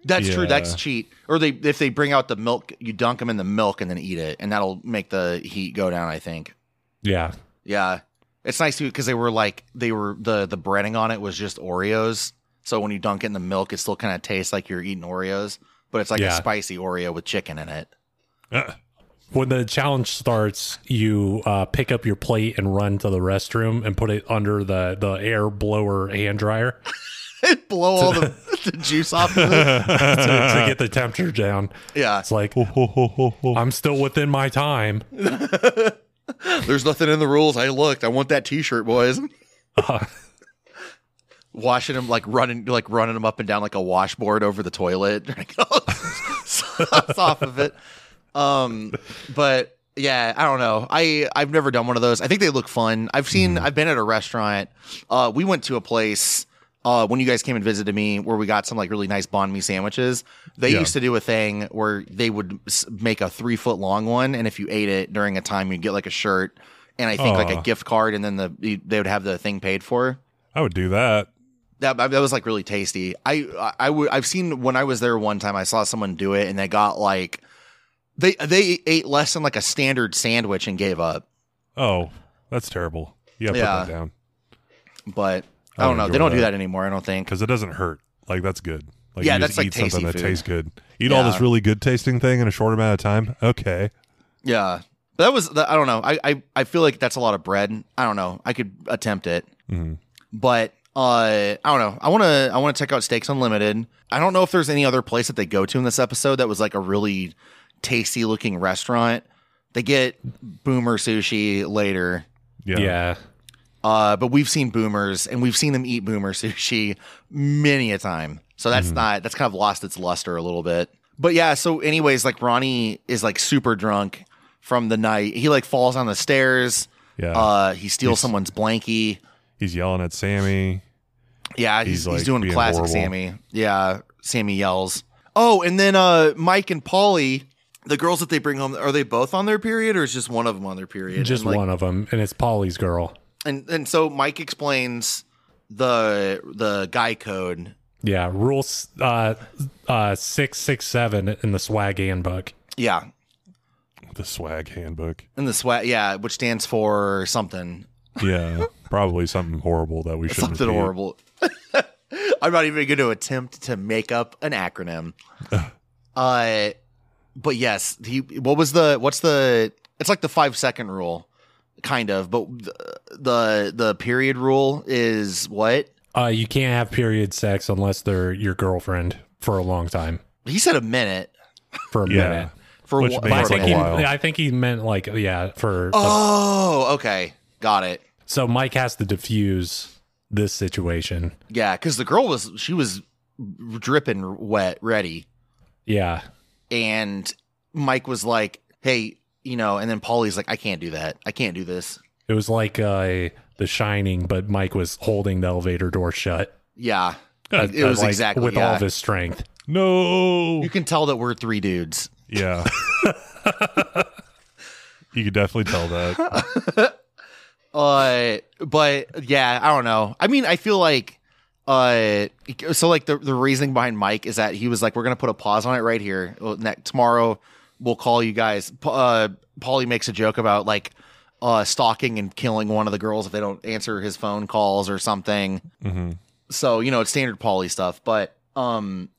Speaker 5: That's true. That's
Speaker 4: Yeah.
Speaker 5: cheat. Or they if they bring out the milk, you dunk them in the milk and then eat it, and that'll make the heat go down. I think.
Speaker 6: Yeah.
Speaker 5: Yeah, it's nice too because they were like they were the the breading on it was just Oreos. So when you dunk it in the milk, it still kind of tastes like you're eating Oreos, but it's like a
Speaker 6: Yeah.
Speaker 5: spicy Oreo with chicken in it. [laughs]
Speaker 4: Uh,
Speaker 6: when the challenge starts, you uh, pick up your plate and run to the restroom and put it under the, the air blower hand
Speaker 4: [laughs]
Speaker 6: dryer
Speaker 5: Blow all the, the juice off
Speaker 4: [laughs]
Speaker 5: of it.
Speaker 6: to, to get the temperature down.
Speaker 5: Yeah,
Speaker 6: It's like I'm still within my time.
Speaker 5: There's nothing in the rules. I looked. I want that T-shirt, boys. washing him like running like running him up and down like a washboard over the toilet [laughs] like, sauce off of it um but yeah i don't know i i've never done one of those i think they look fun i've seen
Speaker 4: Hmm.
Speaker 5: i've been at a restaurant uh we went to a place uh when you guys came and visited me where we got some like really nice banh mi sandwiches they
Speaker 4: Yeah.
Speaker 5: used to do a thing where they would s- make a three foot long one and if you ate it during a time you'd get like a shirt and i think like
Speaker 4: Aw.
Speaker 5: a gift card and then the they would have the thing paid for
Speaker 4: I would do that.
Speaker 5: that that was like really tasty. I I- I would I've seen when I was there one time I saw someone do it and they got like they they ate less than like a standard sandwich and gave up.
Speaker 4: Oh, that's terrible. You gotta
Speaker 5: Yeah.
Speaker 4: put that down
Speaker 5: But
Speaker 4: I
Speaker 5: I don't know. They
Speaker 4: enjoy
Speaker 5: don't do
Speaker 4: that.
Speaker 5: that anymore. I don't think.
Speaker 4: because it doesn't hurt. Like that's good. Like
Speaker 5: Yeah,
Speaker 4: you just
Speaker 5: that's, like,
Speaker 4: eat something
Speaker 5: tasty
Speaker 4: that
Speaker 5: food.
Speaker 4: tastes good. Eat all
Speaker 5: Yeah.
Speaker 4: this really good tasting thing in a short amount of time. Okay.
Speaker 5: Yeah. But that was that, I don't know. I, I I feel like that's a lot of bread. I don't know. I could attempt it.
Speaker 4: Mhm.
Speaker 5: But uh, I don't know. I want to I want to check out Steaks Unlimited. I don't know if there's any other place that they go to in this episode that was like a really tasty looking restaurant. They get Boomer Sushi later.
Speaker 4: Yeah.
Speaker 6: yeah.
Speaker 5: Uh, but we've seen boomers and we've seen them eat boomer [laughs] sushi many a time. So that's
Speaker 4: Mm-hmm.
Speaker 5: not that's kind of lost its luster a little bit. But yeah, so anyways, like Ronnie is like super drunk from the night. He like falls on the stairs.
Speaker 4: Yeah.
Speaker 5: Uh, he steals
Speaker 4: He's-
Speaker 5: someone's blankie.
Speaker 4: he's yelling at Sammy.
Speaker 5: Yeah,
Speaker 4: He's,
Speaker 5: he's, he's,
Speaker 4: like,
Speaker 5: doing
Speaker 4: being
Speaker 5: classic
Speaker 4: horrible.
Speaker 5: Sammy. Yeah, Sammy yells. Oh, and then uh, Mike and Polly, the girls that they bring home, are they both on their period or is just one of them on their period?
Speaker 6: Just
Speaker 5: And, like,
Speaker 6: one of them, and it's Polly's girl.
Speaker 5: and and so Mike explains the the guy code.
Speaker 6: Yeah, rule s- uh, uh, six six seven in the swag handbook.
Speaker 5: Yeah,
Speaker 4: The swag handbook.
Speaker 5: and the sweat. Yeah, which stands for something [laughs]
Speaker 4: Yeah. probably something horrible that we shouldn't
Speaker 5: something
Speaker 4: repeat.
Speaker 5: horrible. [laughs] I'm not even going to attempt to make up an
Speaker 4: [laughs]
Speaker 5: acronym. uh, but yes, he. What was the? What's the? It's like the five second rule, kind of. But the the, the period rule is what
Speaker 6: Uh, you can't have period sex unless they're your girlfriend for a long time,
Speaker 5: he said. A minute
Speaker 6: for a
Speaker 4: Yeah.
Speaker 6: minute.
Speaker 5: for
Speaker 4: Which
Speaker 5: wh-
Speaker 6: But I
Speaker 4: makes
Speaker 5: for a
Speaker 6: think
Speaker 4: a
Speaker 6: he,
Speaker 5: minute.
Speaker 4: while.
Speaker 6: I think he meant like yeah for
Speaker 5: Oh, okay, got it.
Speaker 6: so Mike has to defuse this situation.
Speaker 5: Yeah, because the girl was she was dripping wet, ready,
Speaker 6: Yeah,
Speaker 5: and Mike was like, "Hey, you know," and then Polly's like, "I can't do that. I can't do this."
Speaker 6: it was like uh, The Shining, but Mike was holding the elevator door shut.
Speaker 5: Yeah,
Speaker 6: Uh,
Speaker 5: it was
Speaker 6: like,
Speaker 5: exactly
Speaker 6: with all
Speaker 5: yeah.
Speaker 6: of his strength.
Speaker 4: No.
Speaker 5: You can tell that we're three dudes. [laughs]
Speaker 4: Yeah. you could definitely tell that.
Speaker 5: Uh, but yeah, I don't know. I mean, I feel like, uh, so like the the reasoning behind Mike is that he was like, we're gonna put a pause on it right here. Well, ne- tomorrow we'll call you guys. P- Uh, Paulie makes a joke about like, uh, stalking and killing one of the girls if they don't answer his phone calls or something.
Speaker 4: Mhm.
Speaker 5: So you know it's standard Paulie stuff. But um,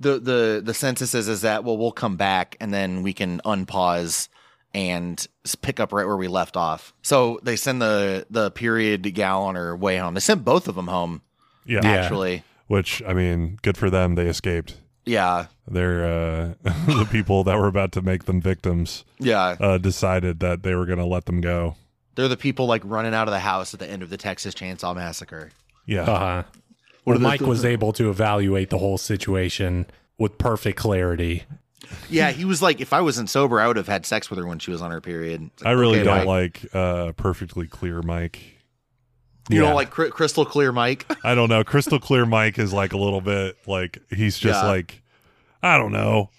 Speaker 5: the the the census is is that well we'll come back and then we can unpause and s- pick up right where we left off. So they send the the period gal on her way home. They sent both of them home
Speaker 4: Yeah.
Speaker 6: Yeah.
Speaker 5: actually.
Speaker 4: Which I mean, good for them. They escaped.
Speaker 5: Yeah.
Speaker 4: They're uh, [laughs] the people that were about to make them victims.
Speaker 5: Yeah.
Speaker 4: uh, decided that they were going to let them go.
Speaker 5: They're the people like running out of the house at the end of the Texas Chainsaw Massacre.
Speaker 4: Yeah.
Speaker 6: Uh huh.
Speaker 5: What
Speaker 6: Well,
Speaker 5: are the-
Speaker 6: Mike was able to evaluate the whole situation with perfect clarity.
Speaker 5: Yeah, he was like if I wasn't sober, I would have had sex with her when she was on her period. It's
Speaker 4: I really
Speaker 5: okay,
Speaker 4: don't
Speaker 5: Mike.
Speaker 4: like uh, perfectly clear Mike.
Speaker 5: You
Speaker 6: Yeah.
Speaker 5: don't like cr- crystal
Speaker 4: [laughs]
Speaker 5: clear Mike?
Speaker 4: I don't know. Crystal clear Mike is like a little bit like he's just
Speaker 5: Yeah.
Speaker 4: like I don't know.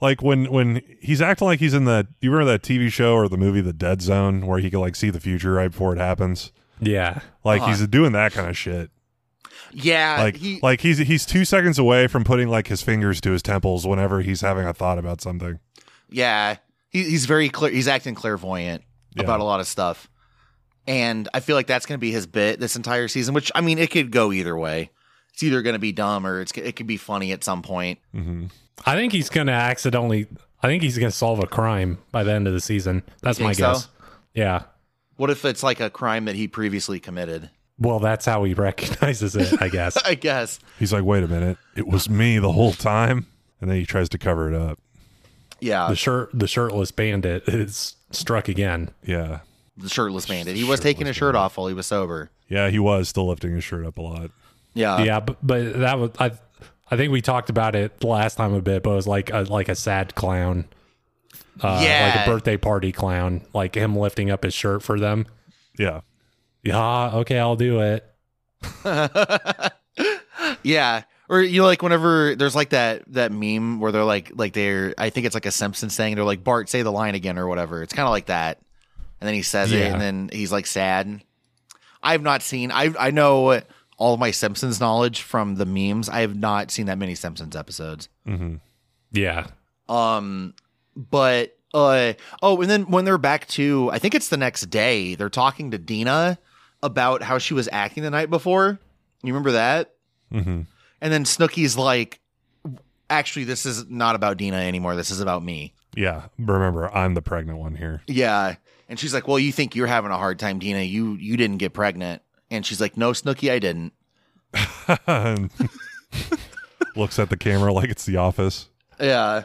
Speaker 4: Like when when he's acting like he's in the you remember that TV show or the movie The Dead Zone where he can like see the future right before it happens.
Speaker 6: Yeah.
Speaker 4: Like
Speaker 5: Uh-huh.
Speaker 4: he's doing that kind of shit.
Speaker 5: yeah,
Speaker 4: Like
Speaker 5: he
Speaker 4: like he's he's two seconds away from putting like his fingers to his temples whenever he's having a thought about something.
Speaker 5: Yeah, he, he's very clear. He's acting clairvoyant
Speaker 4: Yeah.
Speaker 5: about a lot of stuff, and I feel like that's going to be his bit this entire season. Which I mean, it could go either way. It's either going to be dumb or it's it could be funny at some point.
Speaker 4: hmm
Speaker 6: I think he's gonna accidentally. I think he's gonna solve a crime by the end of the season. That's
Speaker 5: You
Speaker 6: my
Speaker 5: think so?
Speaker 6: guess. Yeah.
Speaker 5: What if it's like a crime that he previously committed?
Speaker 6: Well, that's how he [laughs] recognizes it.
Speaker 5: [laughs]
Speaker 6: I guess.
Speaker 5: I guess.
Speaker 4: He's like, wait a minute, it was me the whole time, and then he tries to cover it up.
Speaker 5: Yeah,
Speaker 6: the shirt, the shirtless bandit, is struck again.
Speaker 4: Yeah.
Speaker 5: the shirtless bandit. He was taking his shirt off while he was sober.
Speaker 4: Yeah, he was still lifting his shirt up a lot.
Speaker 5: Yeah.
Speaker 6: yeah, but, but that was I. I think we talked about it last time a bit, but it was like a, like a sad clown, uh, like
Speaker 5: Yeah.
Speaker 6: a birthday party clown, like him lifting up his shirt for them.
Speaker 4: Yeah.
Speaker 6: Yeah, okay, I'll do it.
Speaker 5: yeah. Or you know, like whenever there's like that that meme where they're like like they're I think it's like a Simpsons thing. They're like Bart, say the line again or whatever. It's kind of like that, and then he says it,
Speaker 6: Yeah.
Speaker 5: and then he's like sad. I've not seen. I I know all of my Simpsons knowledge from the memes. I have not seen that many Simpsons episodes.
Speaker 4: hmm
Speaker 6: Yeah,
Speaker 5: Um, but uh, oh, and then when they're back to, I think it's the next day. They're talking to Dina about how she was acting the night before. You remember that?
Speaker 4: hmm
Speaker 5: And then Snooky's like, actually, this is not about Dina anymore. This is about me.
Speaker 4: Yeah. Remember, I'm the pregnant one here. [laughs]
Speaker 5: Yeah. And she's like, well, you think you're having a hard time, Dina. You you didn't get pregnant. And she's like, no, Snooky, I didn't.
Speaker 4: And [laughs] looks at the camera like it's the office.
Speaker 5: Yeah.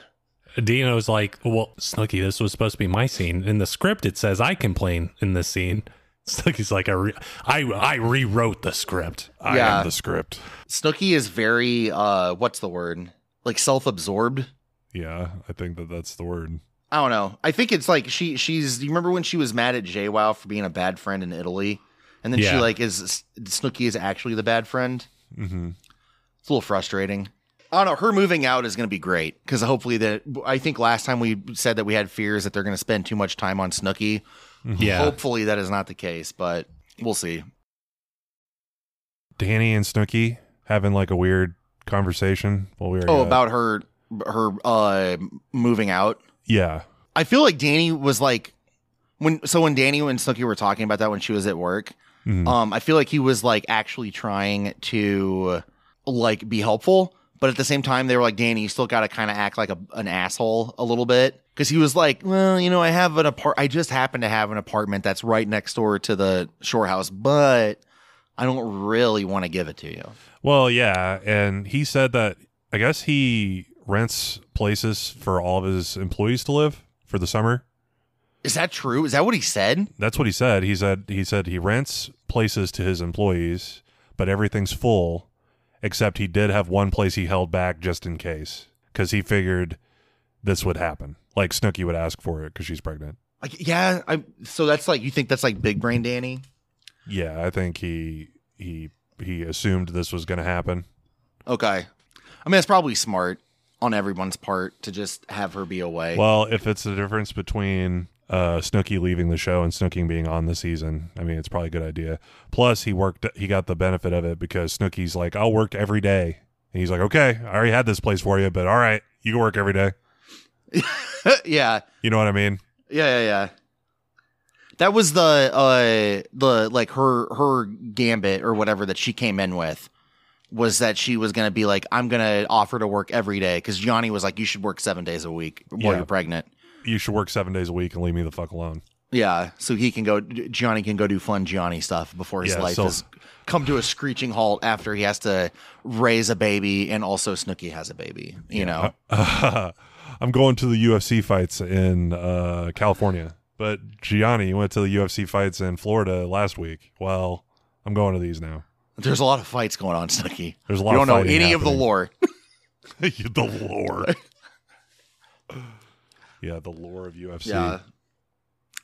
Speaker 6: Dino's like, well, Snooky, this was supposed to be my scene. In the script, it says I complain in this scene. [laughs] Snooky's like, I, re- I, I rewrote the script.
Speaker 4: I
Speaker 5: Yeah.
Speaker 4: am the script.
Speaker 5: Snooky is very, uh, what's the word? Like self absorbed.
Speaker 4: Yeah. I think that that's the word.
Speaker 5: I don't know. I think it's like she she's. You remember when she was mad at JWoww for being a bad friend in Italy, and then she
Speaker 6: Yeah.
Speaker 5: like is Snooky is actually the bad friend.
Speaker 4: hmm
Speaker 5: It's a little frustrating. I don't know. Her moving out is going to be great because hopefully that I think last time we said that we had fears that they're going to spend too much time on Snooky.
Speaker 6: Yeah.
Speaker 5: Hopefully that is not the case, but we'll see.
Speaker 4: Danny and Snooky having like a weird conversation while we were.
Speaker 5: Oh,
Speaker 4: uh,
Speaker 5: about her her uh moving out.
Speaker 4: Yeah.
Speaker 5: I feel like Danny was like when so when Danny and Snooky were talking about that when she was at work.
Speaker 4: Mhm.
Speaker 5: Um, I feel like he was like actually trying to like be helpful, but at the same time, they were like, Danny, you still got to kind of act like a, an asshole a little bit. Cause he was like, well, you know, I have an apart, I just happen to have an apartment that's right next door to the shore house, but I don't really want to give it to you.
Speaker 4: Well, yeah, and he said that I guess he rents places for all of his employees to live for the summer.
Speaker 5: Is that true? Is that what he said?
Speaker 4: That's what he said. He said he said he rents places to his employees, but everything's full except he did have one place he held back just in case cuz he figured this would happen. Like Snooky would ask for it cuz she's pregnant.
Speaker 5: Like, yeah. I, so that's like, you think that's like big brain Danny?
Speaker 4: Yeah, I think he he he assumed this was going to happen.
Speaker 5: Okay. I mean, it's probably smart on everyone's part to just have her be away.
Speaker 4: Well, if it's the difference between uh, Snooky leaving the show and Snooking being on the season, I mean, it's probably a good idea. Plus, he worked, he got the benefit of it because Snooky's like, I'll work every day. And he's like, okay, I already had this place for you, but all right, you can work every day.
Speaker 5: yeah.
Speaker 4: You know what I mean?
Speaker 5: Yeah, yeah, yeah. That was the uh the like her her gambit or whatever that she came in with was that she was gonna be like, I'm gonna offer to work every day because Johnny was like, you should work seven days a week while
Speaker 4: Yeah.
Speaker 5: you're pregnant.
Speaker 4: You should work seven days a week and leave me the fuck alone. [laughs]
Speaker 5: Yeah, so he can go. Johnny can go do fun Johnny stuff before his
Speaker 4: Yeah,
Speaker 5: life
Speaker 4: so-
Speaker 5: has come to a screeching halt after he has to raise a baby and also Snooky has a baby. You know,
Speaker 4: I'm going to the UFC fights in uh, California, but Gianni went to the UFC fights in Florida last week. Well, I'm going to these now.
Speaker 5: there's a lot of fights going on, Snooky.
Speaker 4: There's a
Speaker 5: You
Speaker 4: lot
Speaker 5: don't
Speaker 4: of
Speaker 5: know
Speaker 4: fighting
Speaker 5: any of the
Speaker 4: happening.
Speaker 5: lore.
Speaker 4: [laughs] the lore. yeah, the lore of UFC.
Speaker 5: Yeah.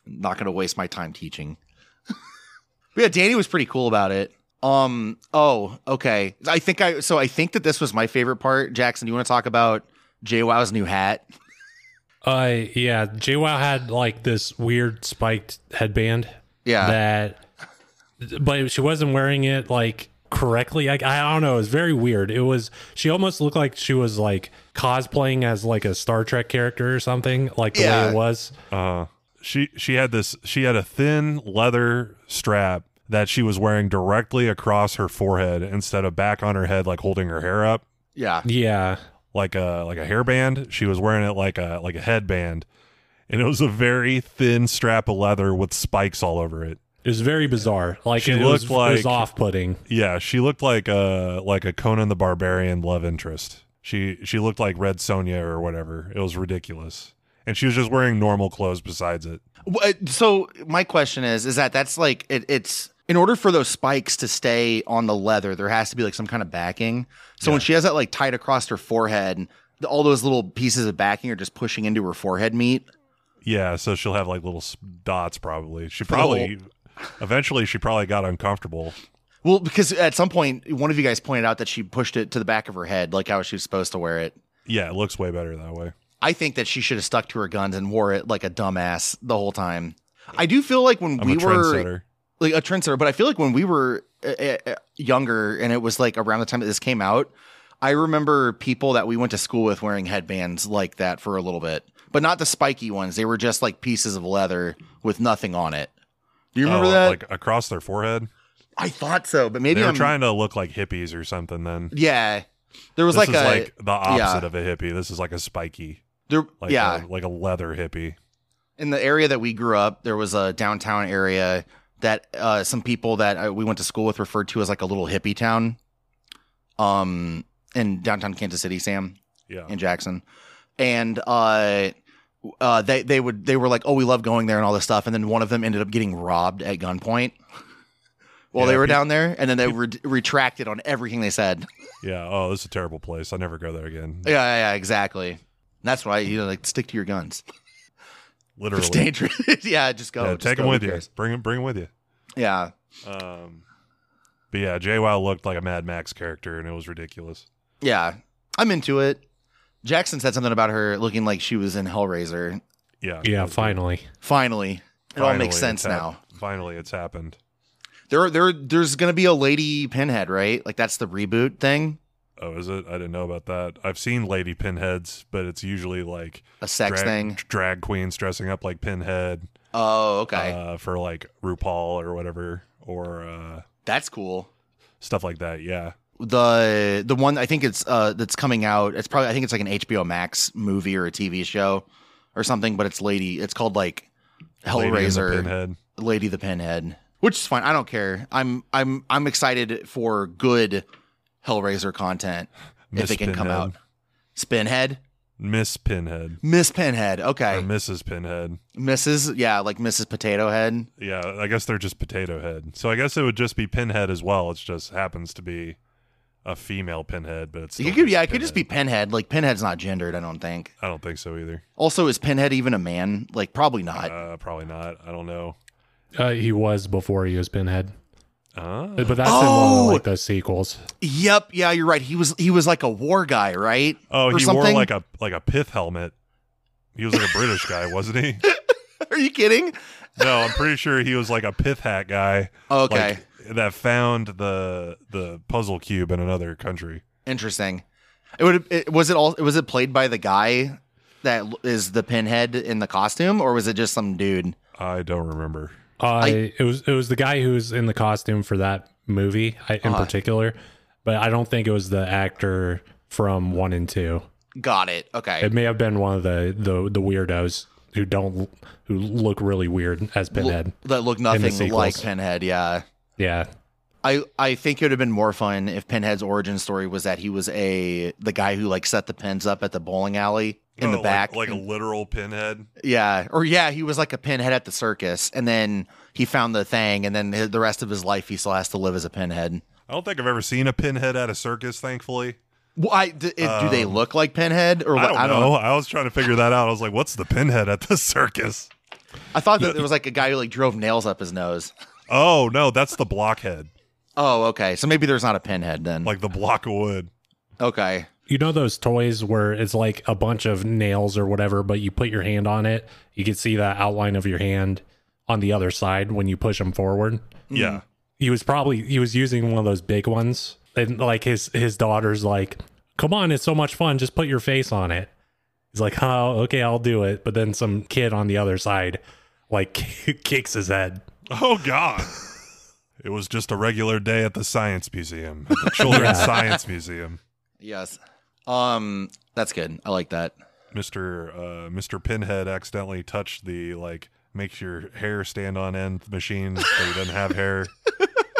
Speaker 5: Not gonna waste my time teaching. [laughs] but yeah, Danny was pretty cool about it. Um, oh, okay. I think I so I think that this was my favorite part. Jackson, do you want to talk about JWoww's new hat?
Speaker 6: Uh, yeah. JWoww had like this weird spiked headband
Speaker 5: Yeah.
Speaker 6: that, but she wasn't wearing it like correctly. I, I don't know. It was very weird. It was, she almost looked like she was like cosplaying as like a Star Trek character or something, like the
Speaker 5: Yeah.
Speaker 6: way it was.
Speaker 4: Uh, she she had this. She had a thin leather strap that she was wearing directly across her forehead instead of back on her head, like holding her hair up,
Speaker 5: yeah.
Speaker 6: Yeah.
Speaker 4: like a like a hairband. She was wearing it like a like a headband, and it was a very thin strap of leather with spikes all over it.
Speaker 6: It was very bizarre. Like
Speaker 4: She
Speaker 6: it, was,
Speaker 4: looked
Speaker 6: it
Speaker 4: like-
Speaker 6: was off-putting.
Speaker 4: Yeah, she looked like a like a Conan the Barbarian love interest. She she looked like Red Sonia or whatever. It was ridiculous, and she was
Speaker 5: uh,
Speaker 4: just wearing normal clothes besides it.
Speaker 5: Wha- So my question is, is that that's like it, it's in order for those spikes to stay on the leather, there has to be like some kind of backing. So when she has that like tied across her forehead, the- all those little pieces of backing are just pushing into her forehead meat.
Speaker 4: Yeah, so she'll have like little s- dots probably. She probably eventually she probably got uncomfortable.
Speaker 5: Well, because at some point, one of you guys pointed out that she pushed it to the back of her head, like how she was supposed to wear it.
Speaker 4: Yeah, it looks way better that way.
Speaker 5: I think that she should have stuck to her guns and wore it like a dumbass the whole time. I do feel like when
Speaker 4: I'm
Speaker 5: we
Speaker 4: a
Speaker 5: were
Speaker 4: trendsetter.
Speaker 5: like a trendsetter, but I feel like when we were uh, uh, uh, younger and it was like around the time that this came out, I remember people that we went to school with wearing headbands like that for a little bit, but not the spiky ones. They were just like pieces of leather with nothing on it. Do you remember
Speaker 4: Oh,
Speaker 5: that?
Speaker 4: Like across their forehead.
Speaker 5: I thought so, but
Speaker 4: They
Speaker 5: maybe
Speaker 4: were
Speaker 5: I'm
Speaker 4: trying to look like hippies or something then.
Speaker 5: Yeah, there was
Speaker 4: this
Speaker 5: like
Speaker 4: is
Speaker 5: a
Speaker 4: like the opposite
Speaker 5: yeah.
Speaker 4: of a hippie. This is like a spiky,
Speaker 5: there,
Speaker 4: like uh,
Speaker 5: yeah.
Speaker 4: a, like a leather hippie.
Speaker 5: in the area that we grew up, there was a downtown area that uh, some people that uh, we went to school with referred to as like a little hippie town, um, in downtown Kansas City, Sam
Speaker 4: Yeah.
Speaker 5: in Jackson, and uh, uh, they they would they were like, oh, we love going there and all this stuff, and then one of them ended up getting robbed at gunpoint [laughs] while
Speaker 4: Yeah,
Speaker 5: they were
Speaker 4: peop-
Speaker 5: down there, and
Speaker 4: [laughs]
Speaker 5: then they re- retracted on everything they said.
Speaker 4: Yeah. Oh, this is a terrible place. I never go there again.
Speaker 5: yeah, yeah, yeah, exactly. And that's why you know, like stick to your guns.
Speaker 4: Literally.
Speaker 5: It's dangerous. [laughs] yeah, just go.
Speaker 4: Yeah,
Speaker 5: just
Speaker 4: take
Speaker 5: go.
Speaker 4: them
Speaker 5: Who
Speaker 4: with you.
Speaker 5: cares?
Speaker 4: Bring them. Bring them with you.
Speaker 5: Yeah.
Speaker 4: Um, but yeah, Jay Wow looked like a Mad Max character, and it was ridiculous.
Speaker 5: Yeah, I'm into it. Jackson said something about her looking like she was in Hellraiser.
Speaker 4: Yeah.
Speaker 6: Yeah,
Speaker 4: It was-
Speaker 6: finally.
Speaker 5: Finally, it all
Speaker 4: finally
Speaker 5: makes sense
Speaker 4: it's hap-
Speaker 5: now.
Speaker 4: Finally, it's happened.
Speaker 5: There, there, there's gonna be a lady Pinhead, right? Like that's the reboot thing.
Speaker 4: Oh, is it? I didn't know about that. I've seen lady pinheads, but it's usually like
Speaker 5: A sex
Speaker 4: drag,
Speaker 5: thing.
Speaker 4: drag queens dressing up like pinhead
Speaker 5: Oh, okay,
Speaker 4: uh, for like RuPaul or whatever, or uh,
Speaker 5: that's cool.
Speaker 4: stuff like that. Yeah.
Speaker 5: The the one I think it's uh that's coming out. It's probably I think it's like an HBO Max movie or a TV show or something. But it's lady. It's called like
Speaker 4: Lady and the
Speaker 5: Hellraiser.
Speaker 4: pinhead.
Speaker 5: Lady the Pinhead, which is fine. I don't care. I'm I'm I'm excited for good Hellraiser content
Speaker 4: Miss
Speaker 5: if it can come
Speaker 4: Pinhead.
Speaker 5: out. Spinhead,
Speaker 4: Miss Pinhead.
Speaker 5: Miss Pinhead.
Speaker 4: Or
Speaker 5: Okay,
Speaker 4: Mrs. Pinhead.
Speaker 5: Mrs. Yeah, like Mrs. Potato Head.
Speaker 4: Yeah, I guess they're just potato head. So I guess it would just be pinhead as well. It just happens to be a female pinhead, but it's
Speaker 5: It
Speaker 4: still
Speaker 5: could, yeah, it
Speaker 4: just
Speaker 5: could just be
Speaker 4: Pinhead.
Speaker 5: Pinhead. Like Pinhead's not gendered. I don't think.
Speaker 4: I don't think so either.
Speaker 5: Also, is Pinhead even a man? Like probably not.
Speaker 4: Uh, probably not. I don't know.
Speaker 6: Uh, he was before he was Pinhead,
Speaker 4: Uh,
Speaker 6: but that's in one
Speaker 5: Oh!
Speaker 6: of like the sequels.
Speaker 5: yep. Yeah, you're right. He was he was like a war guy, right?
Speaker 4: oh,
Speaker 5: Or
Speaker 4: he wore
Speaker 5: something?
Speaker 4: like a like a pith helmet. He was like a British guy, wasn't
Speaker 5: [laughs]
Speaker 4: he?
Speaker 5: [laughs] Are you kidding?
Speaker 4: No, I'm pretty sure he was like a pith hat guy.
Speaker 5: Okay,
Speaker 4: like, that found the the puzzle cube in another country.
Speaker 5: interesting. It would it, was it all was it played by the guy that is the Pinhead in the costume, or was it just some dude?
Speaker 4: I don't remember.
Speaker 6: Uh, it was it was the guy who was in the costume for that movie I, in
Speaker 5: Uh-huh.
Speaker 6: particular, but I don't think it was the actor from one and two.
Speaker 5: Got it. Okay.
Speaker 6: It may have been one of the the, the weirdos who don't who look really weird as Pinhead.
Speaker 5: Look- that look nothing
Speaker 6: sequels.
Speaker 5: like Pinhead. Yeah,
Speaker 6: yeah,
Speaker 5: I I think it would have been more fun if Pinhead's origin story was that he was a the guy who like set the pins up at the bowling alley in
Speaker 4: Oh,
Speaker 5: the
Speaker 4: like-
Speaker 5: back.
Speaker 4: like, a literal pinhead.
Speaker 5: yeah, or yeah, he was like a Pinhead at the circus, and then he found the thing, and then hi- the rest of his life he still has to live as a Pinhead.
Speaker 4: I don't think I've ever seen a pinhead at a circus. Thankfully,
Speaker 5: Why d- it- do they
Speaker 4: Um,
Speaker 5: look like Pinhead? Or
Speaker 4: I
Speaker 5: what-
Speaker 4: don't, know. I was trying to figure that out. I was like, "What's the pinhead at the [laughs] circus?"
Speaker 5: I thought that there was like a guy who like drove nails up his nose.
Speaker 4: Oh no, that's the blockhead,
Speaker 5: Oh, okay. So maybe there's not a Pinhead then.
Speaker 4: like the block of wood.
Speaker 5: okay.
Speaker 6: you know those toys where it's like a bunch of nails or whatever, but you put your hand on it, you can see the outline of your hand on the other side when you push them forward.
Speaker 4: Yeah,
Speaker 6: he was probably he was using one of those big ones and like his his daughter's like come on it's so much fun just put your face on it he's like oh okay i'll do it but then some kid on the other side like [laughs] kicks his head
Speaker 4: Oh God. it was just a regular day at the science museum. At the [laughs] Children's
Speaker 6: Yeah.
Speaker 4: Science Museum.
Speaker 5: Yes. Um, that's good. I like that.
Speaker 4: Mr. Uh, Mr. Pinhead accidentally touched the like makes your hair stand on end machine so he doesn't have hair.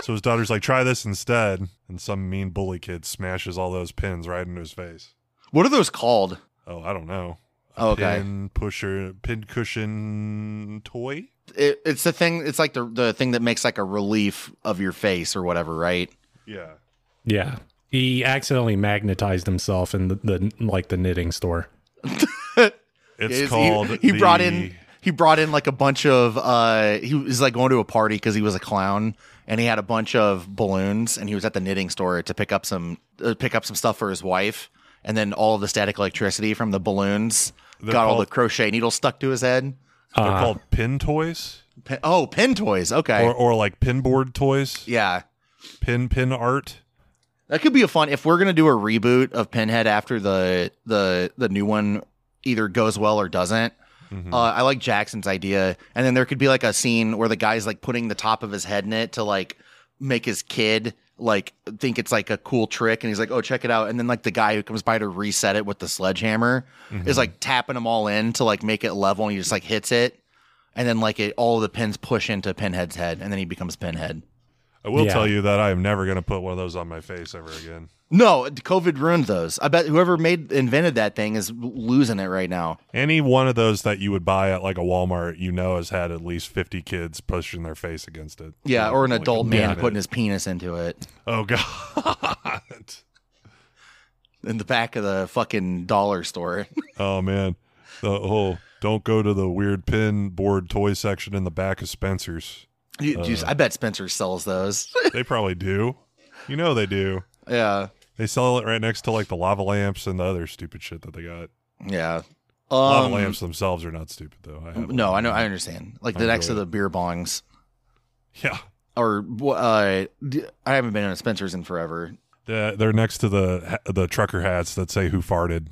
Speaker 4: So his daughter's like, try this instead. And some mean bully kid smashes all those pins right into his face.
Speaker 5: What are those called?
Speaker 4: Oh, I don't know.
Speaker 5: Oh, okay.
Speaker 4: Pin pusher, pin cushion toy?
Speaker 5: It, it's the thing. It's like the the thing that makes like a relief of your face or whatever, right?
Speaker 4: Yeah.
Speaker 6: Yeah. He accidentally magnetized himself in the, the like the knitting store.
Speaker 4: It's
Speaker 5: Is- he-
Speaker 4: called.
Speaker 5: He, brought in.
Speaker 4: the-
Speaker 5: He brought in like a bunch of. uh He was like going to a party because he was a clown, and he had a bunch of balloons, and he was at the knitting store to pick up some uh, pick up some stuff for his wife, and then all of the static electricity from the balloons
Speaker 4: They're
Speaker 5: got all the
Speaker 4: called-
Speaker 5: crochet needles stuck to his head.
Speaker 4: They're called pin toys
Speaker 5: Pin, oh, pin toys. Okay,
Speaker 4: or, or like pin board toys,
Speaker 5: yeah.
Speaker 4: pin pin art.
Speaker 5: That could be a fun if we're gonna do a reboot of Pinhead after the the the new one either goes well or doesn't. Uh, I like Jackson's idea, and then there could be like a scene where the guy's like putting the top of his head in it to like make his kid like think it's like a cool trick, and he's like, "Oh, check it out!" And then like the guy who comes by to reset it with the sledgehammer is like tapping them all in to like make it level, and he just like hits it, and then like it all the pins push into Pinhead's head, and then he becomes Pinhead.
Speaker 4: I will
Speaker 6: Yeah.
Speaker 4: tell you that I am never going to put one of those on my face ever again.
Speaker 5: No, COVID ruined those. I bet whoever made invented that thing is losing it right now.
Speaker 4: Any one of those that you would buy at like a Walmart, you know, has had at least fifty kids pushing their face against it.
Speaker 5: Yeah, or an
Speaker 4: Like,
Speaker 5: adult man
Speaker 4: damn it.
Speaker 5: putting his penis into it
Speaker 4: Oh god. [laughs]
Speaker 5: in the back of the fucking dollar store. [laughs]
Speaker 4: oh man. The whole don't go to the weird pin board toy section in the back of Spencer's.
Speaker 5: You- jeez, I bet Spencer sells [laughs] those.
Speaker 4: They probably do. You know they do.
Speaker 5: yeah,
Speaker 4: They sell it right next to like the lava lamps and the other stupid shit that they got.
Speaker 5: yeah.
Speaker 4: Lava
Speaker 5: Um,
Speaker 4: lamps themselves are not stupid though. I have
Speaker 5: No, I know. I understand. Like the
Speaker 4: I
Speaker 5: next to
Speaker 4: really-
Speaker 5: the beer bongs,
Speaker 4: Yeah.
Speaker 5: or uh, d- I haven't been in a Spencer's in forever.
Speaker 4: They're they're next to the the trucker hats that say who farted.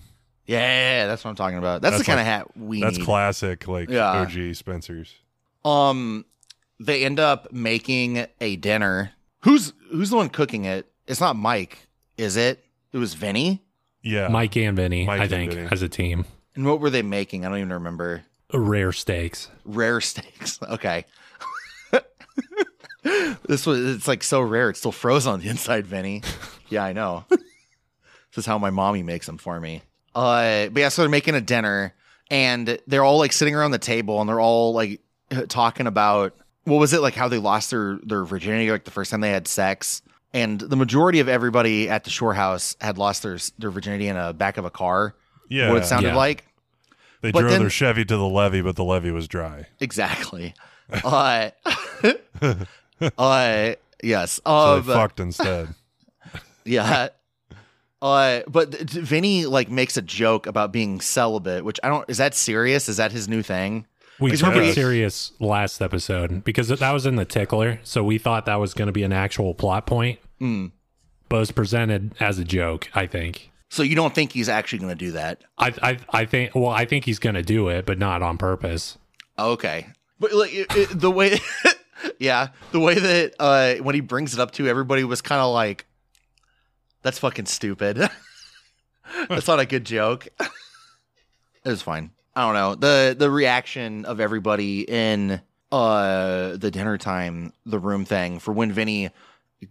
Speaker 5: Yeah, that's what I'm talking about. That's,
Speaker 4: That's
Speaker 5: the kind
Speaker 4: like-
Speaker 5: of hat we
Speaker 4: That's
Speaker 5: need.
Speaker 4: classic, like
Speaker 5: Yeah.
Speaker 4: OG Spencer's.
Speaker 5: Um, they end up making a dinner. Who's who's the one cooking it? It's not Mike, is it? It was Vinny.
Speaker 4: Yeah.
Speaker 6: Mike and Vinny,
Speaker 4: Mike
Speaker 6: I
Speaker 4: and
Speaker 6: think,
Speaker 4: Vinny.
Speaker 6: as a team.
Speaker 5: And what were they making? I don't even remember.
Speaker 6: Rare steaks.
Speaker 5: Rare [laughs] steaks. Okay. [laughs] this was it's like so rare. It's still frozen on the inside, Vinny. Yeah, I know. this is how my mommy makes them for me. Uh, but yeah, so they're making a dinner and they're all like sitting around the table and they're all like talking about what was it like how they lost their their virginity like the first time they had sex and the majority of everybody at the shore house had lost their their virginity in a back of a car.
Speaker 4: Yeah.
Speaker 5: What it sounded
Speaker 6: Yeah.
Speaker 5: like.
Speaker 4: They
Speaker 5: But
Speaker 4: drove
Speaker 5: then-
Speaker 4: their Chevy to the levee, but the levee was dry.
Speaker 5: Exactly. uh, [laughs] uh, yes.
Speaker 4: So
Speaker 5: Um,
Speaker 4: they fucked instead.
Speaker 5: yeah. Uh, but th- th- Vinny like makes a joke about being celibate, which I don't. Is that serious? Is that his new thing?
Speaker 6: We
Speaker 5: Because
Speaker 6: took
Speaker 5: remember
Speaker 6: it
Speaker 5: he-
Speaker 6: serious last episode because that was in the tickler, so we thought that was going to be an actual plot point,
Speaker 4: Hmm.
Speaker 5: Mm.
Speaker 6: but it was presented as a joke. I think.
Speaker 5: So you don't think he's actually going to do that?
Speaker 6: I, I I think well I think he's gonna do it but not on purpose.
Speaker 5: Okay. But like it, it- the way, [laughs] yeah, the way that uh when he brings it up to everybody was kind of like, that's fucking stupid. [laughs] that's not a good joke. [laughs] it was fine. I don't know the the reaction of everybody in uh the dinner time the room thing for when Vinny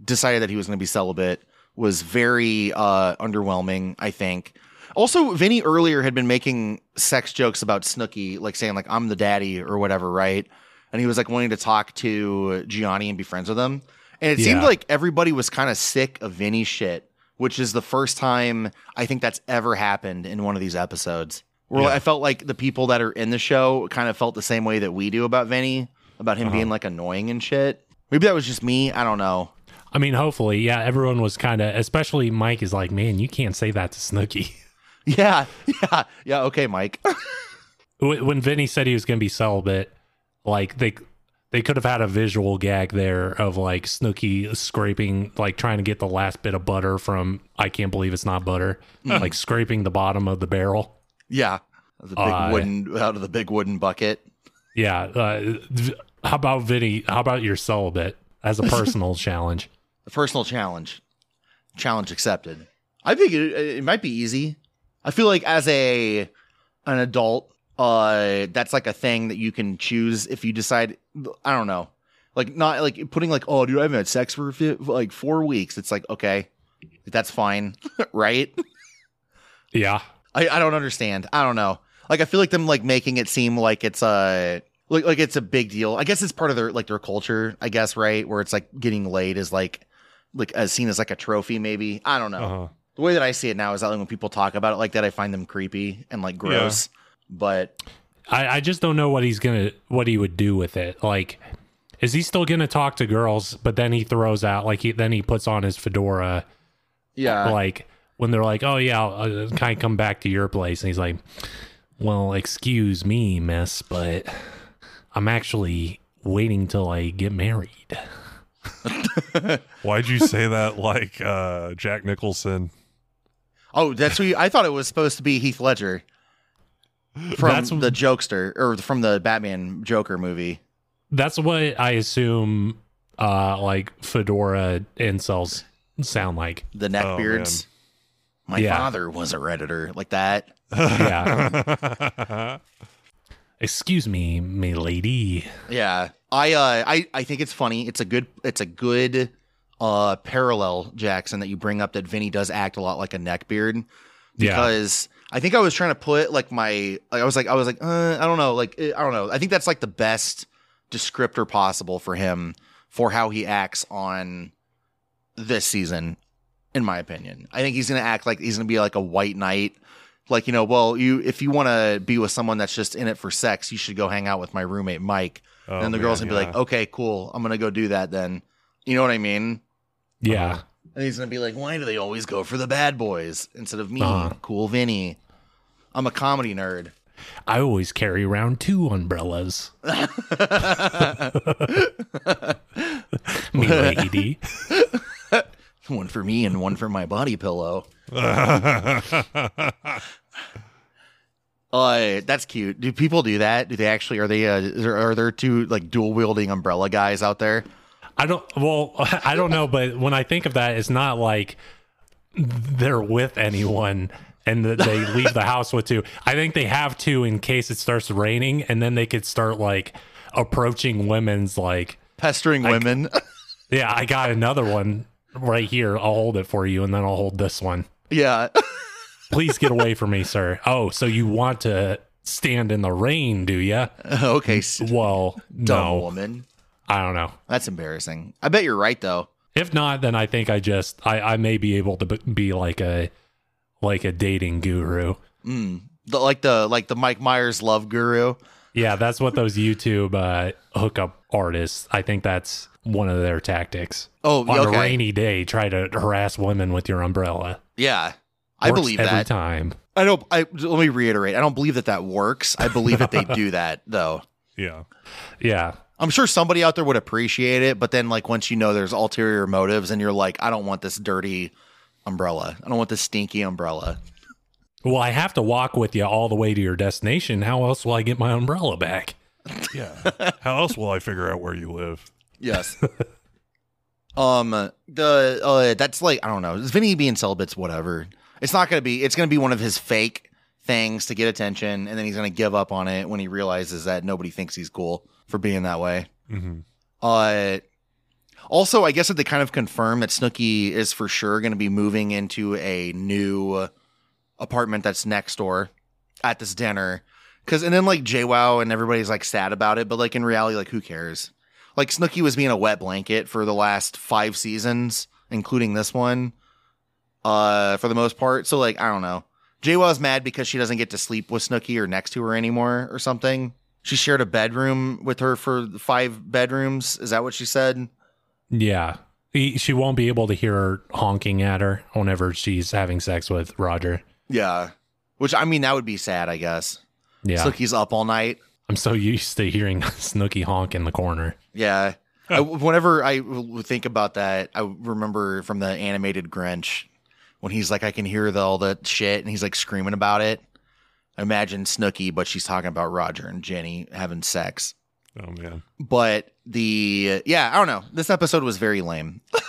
Speaker 5: decided that he was going to be celibate was very uh underwhelming. I think. Also, Vinny earlier had been making sex jokes about Snooky, like saying like I'm the daddy or whatever, right? And he was like wanting to talk to Gianni and be friends with him. And it seemed
Speaker 6: Yeah.
Speaker 5: like everybody was kind of sick of Vinny shit, which is the first time I think that's ever happened in one of these episodes. Where
Speaker 4: Yeah.
Speaker 5: I felt like the people that are in the show kind of felt the same way that we do about Vinny, about him being like annoying and shit. Maybe that was just me. I don't know.
Speaker 6: I mean, hopefully, yeah. Everyone was kind of, especially Mike is like, man, you can't say that to Snooky. [laughs]
Speaker 5: Yeah, [laughs] yeah, yeah. Okay, Mike.
Speaker 6: Wh- when Vinny said he was going to be celibate, like they they could have had a visual gag there of like Snooky scraping, like trying to get the last bit of butter from I can't believe it's not butter, like scraping the bottom of the barrel.
Speaker 5: yeah, the big
Speaker 6: Uh,
Speaker 5: wooden out of the big wooden bucket.
Speaker 6: Yeah. Uh, v- how about Vinny? How about your celibate as a personal challenge?
Speaker 5: A personal challenge. Challenge accepted. I think it, it might be easy. I feel like as a an adult, uh, that's like a thing that you can choose if you decide. I don't know, like not like putting like, oh, dude, I haven't had sex for fi- like four weeks. It's like okay, that's fine, [laughs] right?
Speaker 6: Yeah.
Speaker 5: I, I don't understand. I don't know. Like I feel like them like making it seem like it's uh like like it's a big deal. I guess it's part of their like their culture. I guess right where it's like getting laid is like like as seen as like a trophy. Maybe I don't know.
Speaker 4: Uh-huh.
Speaker 5: The way that I see it now is that like, when people talk about it like that, I find them creepy and like gross. But
Speaker 6: I, I just don't know what he's gonna what he would do with it. Like, is he still gonna talk to girls? But then he throws out like he then he puts on his fedora.
Speaker 5: yeah,
Speaker 6: like when they're like, "Oh yeah, I'll, I'll kind of come back to your place," and he's like, "Well, excuse me, miss, but I'm actually waiting till I get married."
Speaker 4: Why'd you say that like uh, Jack Nicholson?
Speaker 5: oh, that's who you, I thought it was supposed to be Heath Ledger from
Speaker 6: That's-
Speaker 5: the Jokester or from the Batman Joker movie.
Speaker 6: That's what I assume, uh, like fedora incels sound like.
Speaker 5: the neck
Speaker 4: Oh,
Speaker 5: beards. My
Speaker 6: Yeah.
Speaker 5: father was a redditor like that.
Speaker 4: Yeah.
Speaker 6: Excuse me, milady.
Speaker 5: Yeah, I uh, I I think it's funny. It's a good it's a good uh parallel Jackson that you bring up that Vinny does act a lot like a neck beard
Speaker 6: Yeah,
Speaker 5: because I think I was trying to put like my like, I was like I was like uh, I don't know like eh, I don't know. I think that's like the best descriptor possible for him for how he acts on this season in my opinion. I think he's going to act like he's going to be like a white knight. Like, you know, well, you if you want to be with someone that's just in it for sex, you should go hang out with my roommate Mike.
Speaker 4: Oh,
Speaker 5: and then the girls
Speaker 4: man,
Speaker 5: going to be like,
Speaker 4: yeah.
Speaker 5: "Okay, cool. I'm going to go do that then." You know what I mean?
Speaker 6: yeah.
Speaker 5: And he's gonna be like, "Why do they always go for the bad boys instead of me,
Speaker 6: Uh-huh.
Speaker 5: cool Vinny? I'm a comedy nerd." [laughs]
Speaker 6: I always carry around two umbrellas, milady.
Speaker 5: one for me and one for my body
Speaker 6: [laughs]
Speaker 5: pillow. Oh, Uh, that's cute. Do people do that? Do they actually? Are they? Uh, is there- are there two like dual wielding umbrella guys out there?
Speaker 6: I don't. Well, [laughs] I don't know, but when I think of that, it's not like they're with anyone and that they leave the house with two. I think they have two in case it starts raining, and then they could start like approaching women's like,
Speaker 5: Pestering women. [laughs]
Speaker 6: yeah, I got another one right here. I'll hold it for you, and then I'll hold this one.
Speaker 5: yeah. [laughs]
Speaker 6: Please get away from me, sir. Oh, so you want to stand in the rain, do you?
Speaker 5: okay. s-
Speaker 6: Well,
Speaker 5: Dumb
Speaker 6: no,
Speaker 5: woman.
Speaker 6: I don't know.
Speaker 5: That's embarrassing. I bet you're right though.
Speaker 6: If not, then I think I just I I may be able to b- be like a like a dating guru.
Speaker 5: Mm. The, like the like the Mike Myers love guru.
Speaker 6: Yeah, that's what those YouTube uh, hookup artists. I think that's one of their tactics.
Speaker 5: Oh,
Speaker 6: On
Speaker 5: okay.
Speaker 6: a rainy day, try to harass women with your umbrella.
Speaker 5: Yeah. I
Speaker 6: Works
Speaker 5: believe
Speaker 6: every
Speaker 5: that.
Speaker 6: time.
Speaker 5: I don't. I let me reiterate. I don't believe that that works. I believe that they
Speaker 6: [laughs]
Speaker 5: do that though.
Speaker 4: [laughs] yeah.
Speaker 6: Yeah,
Speaker 5: I'm sure somebody out there would appreciate it, but then like once you know there's ulterior motives, and you're like, I don't want this dirty umbrella. I don't want this stinky umbrella.
Speaker 6: Well, I have to walk with you all the way to your destination. How else will I get my umbrella back?
Speaker 4: Yeah. How else will I figure out where you live?
Speaker 5: Yes.
Speaker 6: [laughs]
Speaker 5: um. The uh. That's like I don't know. Vinny being celibate's whatever. It's not gonna be. It's gonna be one of his fake things to get attention, and then he's gonna give up on it when he realizes that nobody thinks he's cool for being that way.
Speaker 4: hmm
Speaker 5: Uh, also, I guess that they kind of confirm that Snooky is for sure going to be moving into a new apartment that's next door at this dinner. Cause and then like JWoww and everybody's like sad about it, but like in reality, like who cares? Like Snooky was being a wet blanket for the last five seasons, including this one, uh, for the most part. So like I don't know. JWoww's mad because she doesn't get to sleep with Snooky or next to her anymore or something. She shared a bedroom with her for five bedrooms. Is that what she said?
Speaker 6: Yeah. He, she won't be able to hear her honking at her whenever she's having sex with Roger.
Speaker 5: Yeah. Which I mean, that would be sad, I guess.
Speaker 6: Yeah.
Speaker 5: Snooky's up all night.
Speaker 6: I'm so used to hearing [laughs] Snooky honk in the corner.
Speaker 5: Yeah. I, whenever I w- think about that, I remember from the animated Grinch when he's like, I can hear the, all the shit and he's like screaming about it. I imagine Snooky, but she's talking about Roger and Jenny having sex.
Speaker 4: Oh man.
Speaker 5: But the, yeah, I don't know. This episode was very lame. [laughs]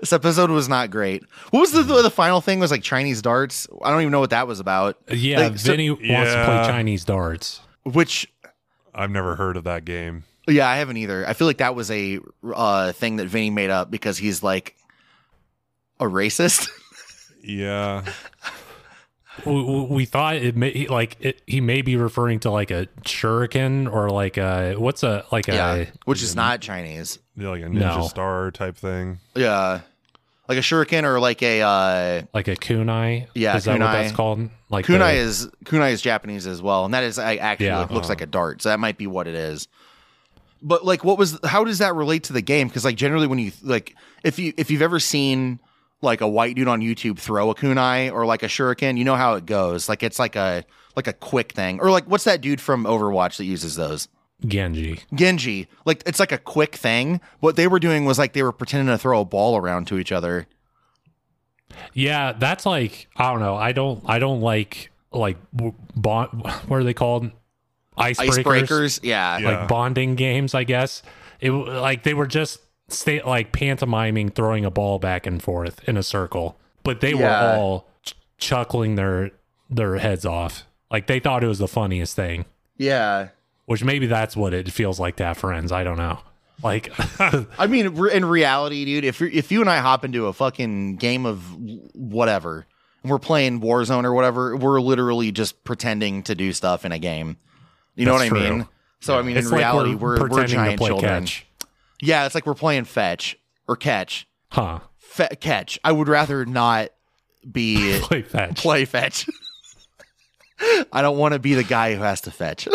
Speaker 5: this episode was not great. What was the, the, the final thing was like Chinese darts? I don't even know what that was about,
Speaker 6: Yeah,
Speaker 5: Like, so-
Speaker 6: Vinny wants to play
Speaker 4: Yeah.
Speaker 6: Chinese darts.
Speaker 5: which
Speaker 4: I've never heard of that game.
Speaker 5: Yeah, I haven't either. I feel like that was a uh, thing that Vinny made up because he's like a racist.
Speaker 4: Yeah.
Speaker 6: we, we thought it may like it, he may be referring to like a shuriken or like a what's a like
Speaker 5: Yeah,
Speaker 6: a
Speaker 5: which is not Chinese.
Speaker 4: Yeah, like a ninja
Speaker 6: No.
Speaker 4: star type thing.
Speaker 5: Yeah, like a shuriken or like a uh,
Speaker 6: like a kunai.
Speaker 5: Yeah,
Speaker 6: is that what
Speaker 5: kunai.
Speaker 6: that's called? Like
Speaker 5: kunai
Speaker 6: the-
Speaker 5: is kunai is Japanese as well, and that is I actually
Speaker 6: Yeah. Uh-huh.
Speaker 5: it looks like a dart, so that might be what it is. But like, what was how does that relate to the game? Because like generally, when you like if you if you've ever seen like a white dude on YouTube throw a kunai or like a shuriken, you know how it goes. Like it's like a like a quick thing, or like what's that dude from Overwatch that uses those?
Speaker 6: Genji.
Speaker 5: Genji. Like it's like a quick thing. What they were doing was like they were pretending to throw a ball around to each other.
Speaker 6: Yeah, that's like I don't know. I don't I don't like like w- bond. [laughs] What are they called? Icebreakers.
Speaker 5: Icebreakers, yeah.
Speaker 4: Yeah.
Speaker 6: Like bonding games, I guess. It w- like they were just state like pantomiming throwing a ball back and forth in a circle, but they
Speaker 5: Yeah.
Speaker 6: were all ch- chuckling their their heads off. Like they thought it was the funniest thing.
Speaker 5: yeah.
Speaker 6: Which maybe that's what it feels like to have friends. I don't know. Like [laughs]
Speaker 5: I mean, re- in reality, dude, if you're, if you and I hop into a fucking game of whatever, and we're playing Warzone or whatever, we're literally just pretending to do stuff in a game. You know
Speaker 6: That's
Speaker 5: what I
Speaker 6: true.
Speaker 5: mean? So I mean,
Speaker 6: it's
Speaker 5: in
Speaker 6: like
Speaker 5: reality, we're we're,
Speaker 6: pretending
Speaker 5: giant
Speaker 6: to play
Speaker 5: children.
Speaker 6: catch.
Speaker 5: Yeah, it's like we're playing fetch or catch.
Speaker 6: Huh. [laughs]
Speaker 5: Fe- catch. I would rather not
Speaker 6: [laughs]
Speaker 5: be
Speaker 6: Play fetch.
Speaker 5: play fetch. [laughs] I don't want to be the guy who has to [laughs] fetch.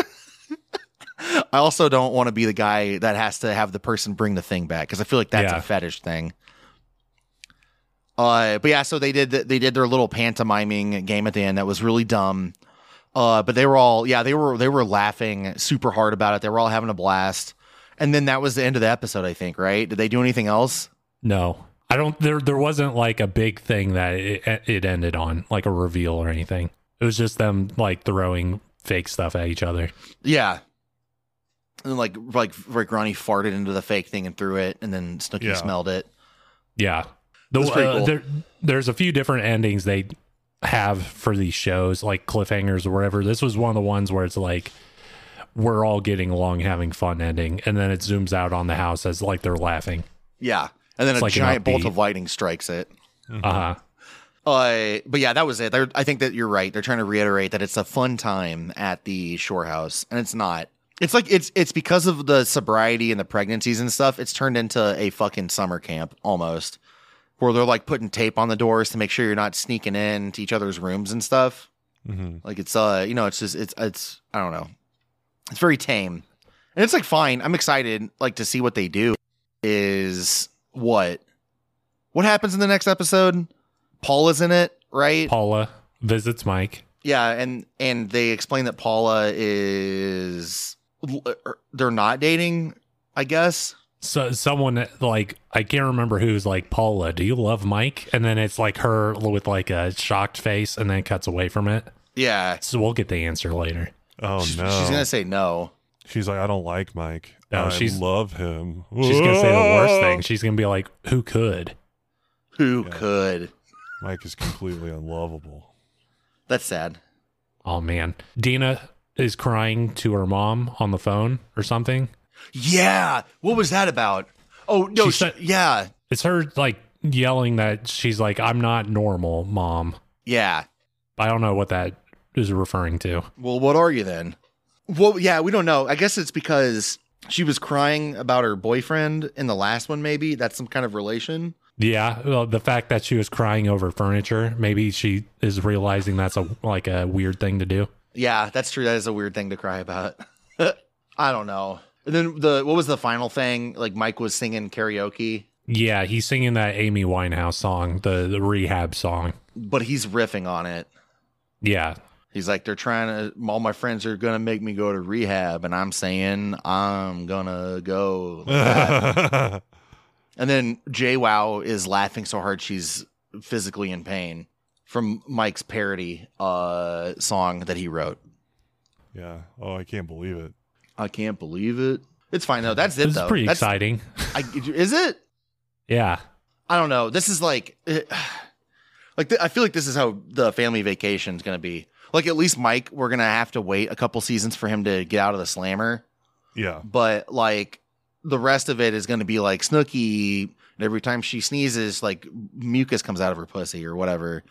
Speaker 5: I also don't want to be the guy that has to have the person bring the thing back because I feel like that's
Speaker 6: Yeah.
Speaker 5: a fetish thing. Uh, but yeah, so they did th- they did their little pantomiming game at the end that was really dumb. Uh, but they were all yeah they were they were laughing super hard about it. They were all having a blast, and then that was the end of the episode. I think right? Did they do anything else?
Speaker 6: No, I don't. There, there wasn't like a big thing that it, it ended on, like a reveal or anything. It was just them like throwing fake stuff at each other.
Speaker 5: Yeah. And then, like like like Ronnie farted into the fake thing and threw it, and then Snooki
Speaker 4: Yeah.
Speaker 5: smelled it.
Speaker 6: Yeah, the, uh,
Speaker 5: That's pretty cool.
Speaker 6: there, there's a few different endings they have for these shows, like cliffhangers or whatever. This was one of the ones where it's like we're all getting along, having fun, ending, and then it zooms out on the house as like they're laughing.
Speaker 5: Yeah. And then
Speaker 6: It's
Speaker 5: a
Speaker 6: like an
Speaker 5: giant bolt
Speaker 6: upbeat.
Speaker 5: of lightning strikes it. Mm-hmm.
Speaker 6: Uh huh.
Speaker 5: Uh, but yeah, that was it. They're, I think that you're right. They're trying to reiterate that it's a fun time at the shore house, and it's not. It's like it's it's because of the sobriety and the pregnancies and stuff. It's turned into a fucking summer camp almost, where they're like putting tape on the doors to make sure you're not sneaking in to each other's rooms and stuff.
Speaker 4: Mm-hmm.
Speaker 5: Like it's uh, you know, it's just it's it's I don't know. It's very tame. And it's like fine. I'm excited like to see what they do is what what happens in the next episode? Paul is in it, right?
Speaker 6: Paula visits Mike.
Speaker 5: Yeah, and and they explain that Paula is er, they're not dating, I guess.
Speaker 6: so someone like I can't remember who's like Paula, do you love Mike? And then it's like her with like a shocked face, and then it cuts away from it.
Speaker 5: Yeah.
Speaker 6: So we'll get the answer later.
Speaker 4: Oh no,
Speaker 5: She's gonna say no.
Speaker 4: She's like, I don't like Mike.
Speaker 6: No,
Speaker 4: I
Speaker 6: she's-
Speaker 4: love him.
Speaker 6: She's gonna say the worst thing. She's gonna be like, "Who could?"
Speaker 5: Who
Speaker 4: Yeah.
Speaker 5: could?
Speaker 4: [laughs] Mike is completely
Speaker 6: [laughs]
Speaker 4: unlovable.
Speaker 5: That's sad.
Speaker 6: Oh man, Dina is crying to her mom on the phone or something.
Speaker 5: Yeah. What was that about? Oh no.
Speaker 6: She
Speaker 5: sh-
Speaker 6: said-
Speaker 5: yeah.
Speaker 6: It's her like yelling that she's like, "I'm not normal, mom."
Speaker 5: Yeah.
Speaker 6: I don't know what that is referring to.
Speaker 5: Well, what are you then? Well, yeah, we don't know. I guess it's because she was crying about her boyfriend in the last one, maybe. That's some kind of relation.
Speaker 6: Yeah, well, the fact that she was crying over furniture, maybe she is realizing that's a like a weird thing to do.
Speaker 5: Yeah, that's true. That is a weird thing to cry about. [laughs] I don't know. And then the what was the final thing? Like Mike was singing karaoke,
Speaker 6: Yeah, he's singing that Amy Winehouse song, the the rehab song.
Speaker 5: but he's riffing on it.
Speaker 6: Yeah,
Speaker 5: He's like, they're trying to all my friends are gonna make me go to rehab, and I'm saying I'm gonna
Speaker 4: [laughs]
Speaker 5: go. And then Jay Wow is laughing so hard she's physically in pain from Mike's parody uh, song that he wrote.
Speaker 4: yeah. Oh, I can't believe it.
Speaker 5: I can't believe it. It's fine though. That's it
Speaker 6: this is
Speaker 5: though.
Speaker 6: pretty
Speaker 5: That's,
Speaker 6: exciting.
Speaker 5: I, is it?
Speaker 6: Yeah,
Speaker 5: I don't know. This is like, [sighs] eh, like th- I feel like this is how the family vacation is going to be. Like at least Mike, we're gonna have to wait a couple seasons for him to get out of the slammer.
Speaker 4: Yeah.
Speaker 5: but like the rest of it is going to be like Snooky. And every time she sneezes, like mucus comes out of her pussy or whatever.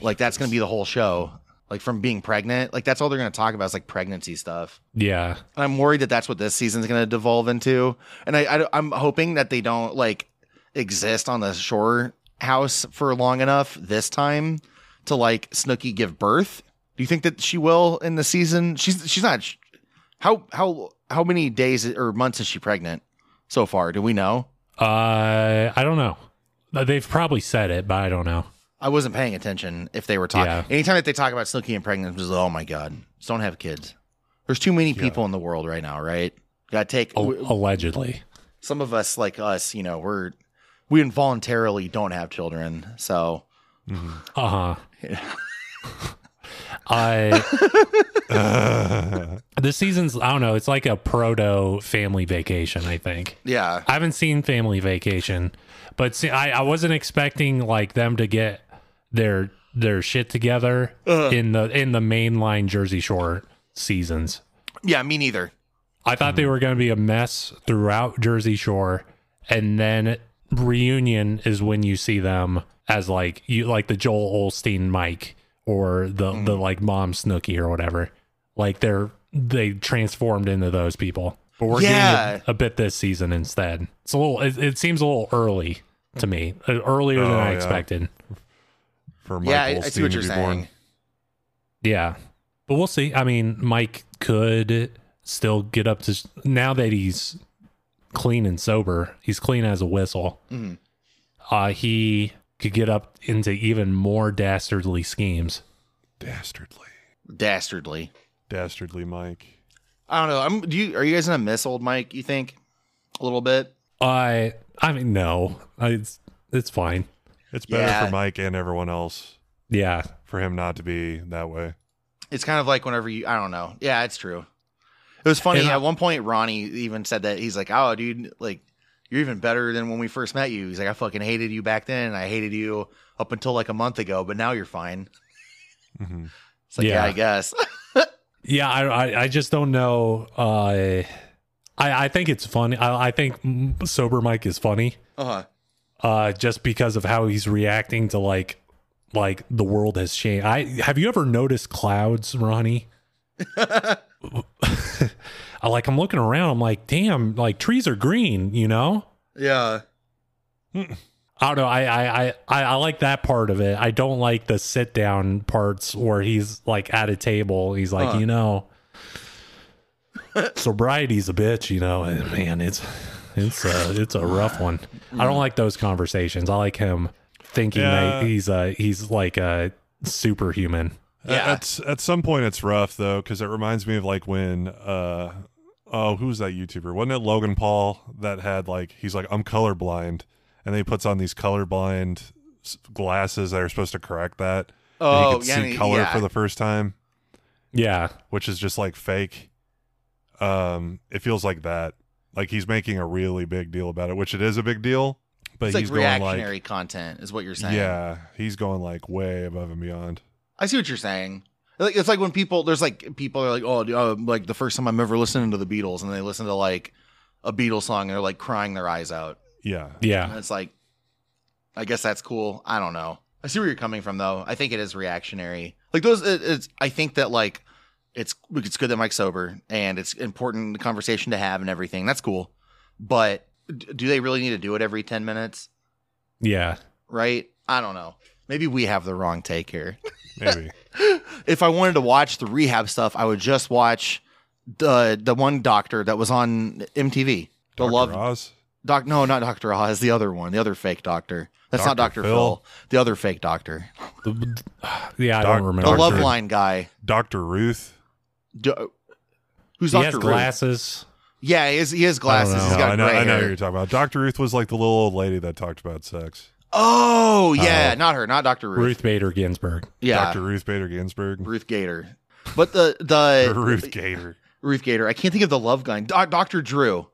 Speaker 5: Like that's gonna be the whole show. Like from being pregnant, like that's all they're gonna talk about is like pregnancy stuff.
Speaker 6: Yeah.
Speaker 5: And I'm worried that that's what this season's gonna devolve into. And I, I am hoping that they don't like exist on the shore house for long enough this time to like Snooky give birth. Do you think that she will in the season? She's she's not. How how how many days or months is she pregnant so far? Do we know?
Speaker 6: Uh, I don't know. They've probably said it, but I don't know.
Speaker 5: I wasn't paying attention if they were talking.
Speaker 6: Yeah.
Speaker 5: Anytime that they talk about Snooky and pregnancy, it's like, oh my god, just don't have kids. There's too many people in the world right now, right? Got to take
Speaker 6: Al- allegedly.
Speaker 5: some of us like us, you know, we're we involuntarily don't have children, so
Speaker 6: Uh huh. I uh, this season's I don't know. It's like a proto family vacation. I think
Speaker 5: yeah,
Speaker 6: I haven't seen Family Vacation, but see, I I wasn't expecting like them to get their their shit together in the in the mainline Jersey Shore seasons.
Speaker 5: yeah, me neither.
Speaker 6: I thought they were going to be a mess throughout Jersey Shore, and then reunion is when you see them as like you like the Joel Olstein Mike or the
Speaker 4: Mm.
Speaker 6: the like mom Snooky or whatever. Like they're they transformed into those people, but we're
Speaker 5: Yeah.
Speaker 6: getting a, a bit this season instead. It's a little. It, it seems a little early to me, uh, earlier than
Speaker 4: Oh,
Speaker 6: I
Speaker 4: yeah.
Speaker 6: expected.
Speaker 4: for
Speaker 5: yeah, I,
Speaker 4: Michael
Speaker 5: I see what you're
Speaker 4: to be born.
Speaker 5: saying.
Speaker 6: Yeah. But we'll see. I mean, Mike could still get up to s- now that he's clean and sober. He's clean as a whistle.
Speaker 5: Mhm.
Speaker 6: Uh, he could get up into even more dastardly schemes.
Speaker 4: Dastardly,
Speaker 5: Dastardly.
Speaker 4: dastardly Mike.
Speaker 5: I don't know. I'm. Do you are you guys gonna miss old Mike? You think a little bit?
Speaker 6: I I mean, no, I, it's it's fine.
Speaker 4: It's better
Speaker 5: Yeah.
Speaker 4: for Mike and everyone else
Speaker 6: Yeah,
Speaker 4: for him not to be that way.
Speaker 5: It's kind of like whenever you. I don't know. Yeah, it's true. It was funny.
Speaker 6: And I-
Speaker 4: uh,
Speaker 5: At one point, Ronnie even said that he's like, "Oh, dude, like you're even better than when we first met you." He's like, "I fucking hated you back then. and I hated you up until like a month ago, but now you're fine."
Speaker 4: Mhm.
Speaker 5: It's like, yeah,
Speaker 6: Yeah.
Speaker 5: I guess. [laughs]
Speaker 6: yeah. I I, I just don't know. Uh, I I think it's funny. I I think mm, sober Mike is funny.
Speaker 5: uh huh.
Speaker 6: uh just because of how he's reacting to like like the world has changed. I have you ever noticed clouds, Ronnie?
Speaker 5: Uh-huh.
Speaker 6: I like I'm looking around, I'm like, damn, like trees are green, you know?
Speaker 5: [laughs] Yeah.
Speaker 6: I don't know. I I I I I like that part of it. I don't like the sit down parts where he's like at a table. He's like,
Speaker 5: Huh.
Speaker 6: you know, sobriety's a bitch. You know, and man, it's it's a it's a rough one. I don't like those conversations. I like him thinking
Speaker 4: Yeah.
Speaker 6: that he's uh he's like a superhuman.
Speaker 5: Yeah.
Speaker 4: At, at some point, it's rough though because it reminds me of like when uh oh who's that YouTuber? Wasn't it Logan Paul that had like he's like I'm colorblind and then he puts on these colorblind s- glasses that are supposed to correct that. and he
Speaker 5: Oh,
Speaker 4: could
Speaker 5: yeah. I
Speaker 4: see
Speaker 5: mean,
Speaker 4: color
Speaker 5: yeah.
Speaker 4: for the first time,
Speaker 6: Yeah,
Speaker 4: which is just like fake. Um, it feels like that. Like he's making a really big deal about it, which it is a big deal. But
Speaker 5: it's
Speaker 4: he's
Speaker 5: like
Speaker 4: going
Speaker 5: reactionary
Speaker 4: like
Speaker 5: content is what you're saying.
Speaker 4: yeah, he's going like way above and beyond.
Speaker 5: I see what you're saying. Like it's like when people there's like people are like oh dude, uh, like the first time I'm ever listening to the Beatles and they listen to like a Beatles song and they're like crying their eyes out [laughs]
Speaker 4: Yeah,
Speaker 5: and
Speaker 6: yeah,
Speaker 5: it's like I guess that's cool. I don't know. I see where you're coming from though. I think it is reactionary. Like those it, it's I think that like it's it's good that Mike's sober and it's important conversation to have and everything. That's cool. But d- do they really need to do it every 10 minutes?
Speaker 6: yeah.
Speaker 5: Right? I don't know. Maybe we have the wrong take here.
Speaker 4: maybe.
Speaker 5: if I wanted to watch the rehab stuff, I would just watch the the one doctor that was on MTV. The
Speaker 4: Dr.
Speaker 5: love
Speaker 4: Oz?
Speaker 5: doc. No, not Doctor Oz. The other one, the other fake doctor. That's not
Speaker 4: Dr.
Speaker 5: Doctor Phil.
Speaker 4: Phil.
Speaker 5: The other fake doctor,
Speaker 6: The- Yeah, I
Speaker 4: Doc-
Speaker 6: don't
Speaker 5: the
Speaker 6: remember.
Speaker 4: Doctor-
Speaker 5: love line guy.
Speaker 4: Dr. Ruth.
Speaker 5: Do- who's
Speaker 6: He
Speaker 5: Doctor
Speaker 6: has
Speaker 5: Ruth?
Speaker 6: glasses.
Speaker 5: Yeah, he, is, he has glasses.
Speaker 6: know.
Speaker 5: He's
Speaker 4: No,
Speaker 5: got
Speaker 4: I know,
Speaker 5: gray
Speaker 4: I know
Speaker 5: hair.
Speaker 4: who you're talking about. Dr. Ruth was like the little old lady that talked about sex.
Speaker 5: oh
Speaker 4: Uh,
Speaker 5: yeah, not her, not Doctor Ruth.
Speaker 6: Ruth Bader Ginsburg.
Speaker 5: Yeah,
Speaker 4: Dr. Ruth Bader Ginsburg. [laughs] Ruth,
Speaker 5: Ruth Gator. But the the
Speaker 6: [laughs]
Speaker 4: Gator.
Speaker 5: Ruth Gator. I can't think of the love line. Doc Doctor Drew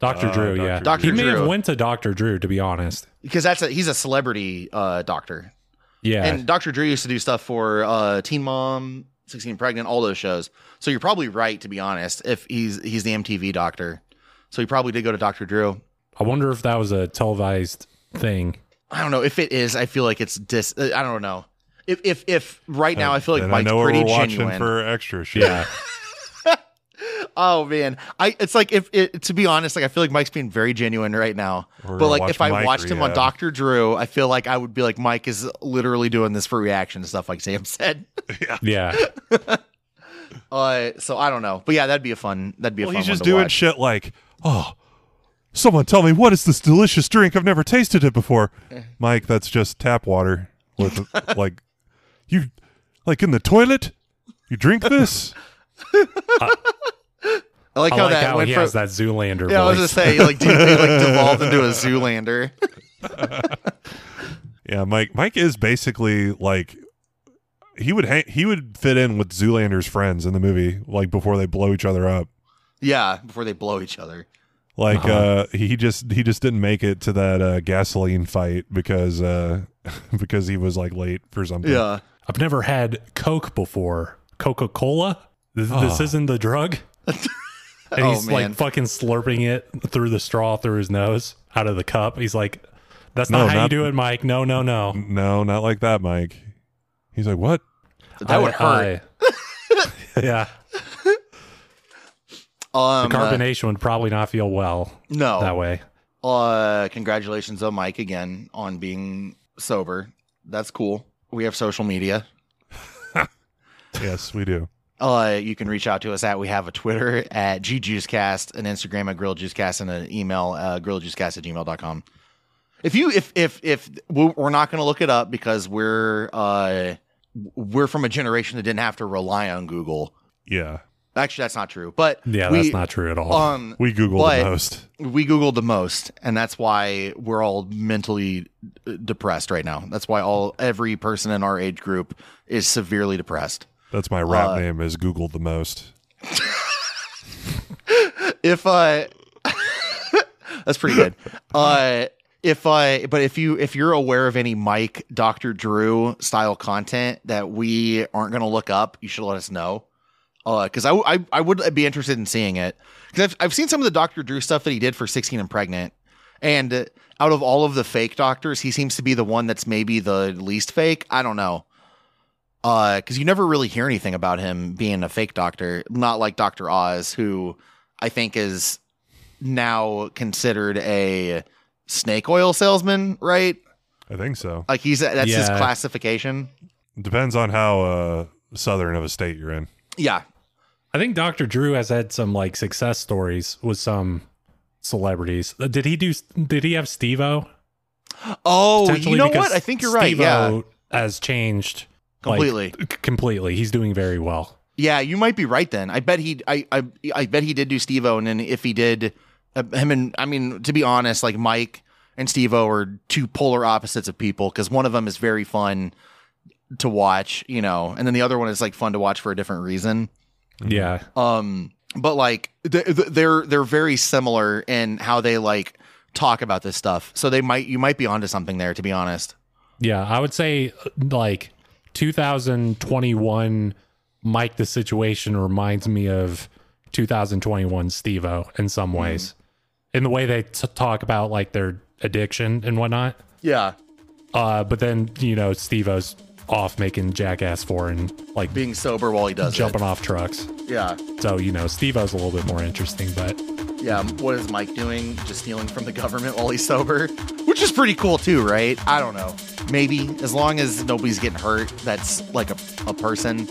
Speaker 6: Dr.
Speaker 4: Uh,
Speaker 6: Drew,
Speaker 4: Dr.
Speaker 6: yeah.
Speaker 4: Dr.
Speaker 6: He may
Speaker 5: Drew.
Speaker 6: have went to Dr. Drew, to be honest.
Speaker 5: because that's a he's a celebrity uh, doctor.
Speaker 6: Yeah.
Speaker 5: And Dr. Drew used to do stuff for uh, Teen Mom, 16 Pregnant, all those shows. So you're probably right, to be honest, if he's he's the MTV doctor. So he probably did go to Dr. Drew.
Speaker 6: I wonder if that was a televised thing.
Speaker 5: I don't know. If it is, I feel like it's dis. uh, I don't know. If if if right now I feel like
Speaker 4: Uh, Then
Speaker 5: Mike's
Speaker 4: I know what
Speaker 5: pretty
Speaker 4: we're watching
Speaker 5: genuine.
Speaker 4: for extra shit.
Speaker 6: Yeah.
Speaker 5: oh man, I it's like if it, to be honest, like I feel like Mike's being very genuine right now.
Speaker 4: We're
Speaker 5: but
Speaker 4: gonna
Speaker 5: like
Speaker 4: watch
Speaker 5: if I
Speaker 4: Mike
Speaker 5: watched him on
Speaker 4: rehab.
Speaker 5: Doctor Drew, I feel like I would be like Mike is literally doing this for reaction and stuff like Sam said. [laughs]
Speaker 6: Yeah.
Speaker 5: Uh, so I don't know, but yeah, that'd be a fun. That'd be a
Speaker 4: Well,
Speaker 5: fun.
Speaker 4: he's
Speaker 5: one
Speaker 4: just
Speaker 5: to
Speaker 4: doing
Speaker 5: watch.
Speaker 4: shit like, oh, someone tell me what is this delicious drink? I've never tasted it before.
Speaker 5: Eh.
Speaker 4: Mike, that's just tap water
Speaker 5: [laughs]
Speaker 4: with like you like in the toilet. You drink
Speaker 5: [laughs]
Speaker 4: this?
Speaker 5: I like
Speaker 6: I
Speaker 5: how
Speaker 6: like
Speaker 5: that
Speaker 6: how
Speaker 5: went
Speaker 6: he
Speaker 5: from.
Speaker 6: has that Zoolander
Speaker 5: yeah, I was
Speaker 6: voice.
Speaker 5: gonna say like dude, they
Speaker 6: [laughs]
Speaker 5: like devolved into a Zoolander.
Speaker 4: yeah, Mike. Mike is basically like he would hang, he would fit in with Zoolander's friends in the movie, like before they blow each other up.
Speaker 5: Yeah, before they blow each other.
Speaker 4: Like uh
Speaker 6: Uh-huh.
Speaker 4: he just he just didn't make it to that uh, gasoline fight because uh [laughs] because he was like late for something.
Speaker 5: Yeah.
Speaker 6: I've never had Coke before. Coca Cola? This,
Speaker 5: Ah.
Speaker 6: this
Speaker 4: Oh.
Speaker 6: isn't
Speaker 5: [laughs]
Speaker 6: the drug? and
Speaker 5: Oh,
Speaker 6: he's
Speaker 5: man.
Speaker 6: like fucking slurping it through the straw through his nose out of the cup. He's like, that's not
Speaker 4: No,
Speaker 6: how you
Speaker 4: not-
Speaker 6: do it, Mike. No, no, no.
Speaker 4: No, not like that, Mike. He's like, what?
Speaker 5: That would hurt.
Speaker 6: I- [laughs] yeah. The
Speaker 5: um, uh,
Speaker 6: carbonation would probably not feel well
Speaker 5: no.
Speaker 6: that way.
Speaker 5: Uh, congratulations on Mike again on being sober. That's cool. We have social media.
Speaker 4: Yes, we do.
Speaker 5: Uh, you can reach out to us at we have a Twitter at gjuicecast, an Instagram at grilljuicecast, and an email uh, grilljuicecast at gmail.com. If you if if if we- we're not going to look it up because we're uh we're from a generation that didn't have to rely on Google.
Speaker 4: Yeah.
Speaker 5: Actually, that's not true. But
Speaker 6: Yeah,
Speaker 5: we-
Speaker 6: that's not true at all.
Speaker 5: Um,
Speaker 4: We Google
Speaker 5: But-
Speaker 4: the most.
Speaker 5: we googled the most and that's why we're all mentally uh, depressed right now that's why all every person in our age group is severely depressed
Speaker 4: That's my rap
Speaker 5: uh,
Speaker 4: name is Googled the most.
Speaker 5: if uh [laughs] that's pretty good uh if uh but if you if you're aware of any mike dr drew style content that we aren't gonna look up you should let us know uh because I, I i would be interested in seeing it because I've, I've seen some of the dr drew stuff that he did for 16 and pregnant and uh, out of all of the fake doctors he seems to be the one that's maybe the least fake i don't know uh because you never really hear anything about him being a fake doctor not like dr oz who i think is now considered a snake oil salesman right
Speaker 4: I think so.
Speaker 5: like he's that's his
Speaker 6: Yeah.
Speaker 5: classification
Speaker 4: Depends on how uh southern of a state you're in.
Speaker 5: yeah
Speaker 6: I think Dr. Drew has had some like success stories with some celebrities. Uh, Did he do? Did he have Steve-O?
Speaker 5: oh
Speaker 6: Potentially
Speaker 5: you know
Speaker 6: because
Speaker 5: what i think you're right yeah
Speaker 6: Steve-O has changed like,
Speaker 5: completely
Speaker 6: c- completely. He's doing very well.
Speaker 5: yeah you might be right then i bet he i i, I bet he did do steve-o and then if he did uh, him and i mean to be honest like mike and steve-o are two polar opposites of people because one of them is very fun to watch you know and then the other one is like fun to watch for a different reason Mm-hmm.
Speaker 6: Yeah,
Speaker 5: um but like th- th- they're they're very similar in how they like talk about this stuff so they might you might be onto something there to be honest
Speaker 6: yeah. I would say uh, like 2021 Mike the Situation reminds me of 2021 Steve-O in some
Speaker 5: Mm-hmm.
Speaker 6: ways, in the way they t- talk about like their addiction and whatnot.
Speaker 5: yeah
Speaker 6: Uh, but then you know Steve-O's off making Jackass four and like
Speaker 5: being sober while he does
Speaker 6: jumping off trucks.
Speaker 5: it yeah
Speaker 6: So you know Steve-O's a little bit more interesting, but
Speaker 5: yeah what is mike doing just stealing from the government while he's sober which is pretty cool too right i don't know maybe as long as nobody's getting hurt that's like a, a person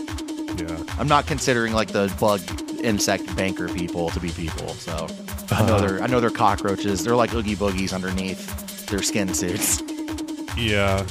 Speaker 4: Yeah.
Speaker 5: i'm not considering like the bug insect banker people to be people so i know they're i know they're cockroaches they're like oogie boogies underneath their skin suits
Speaker 4: Yeah.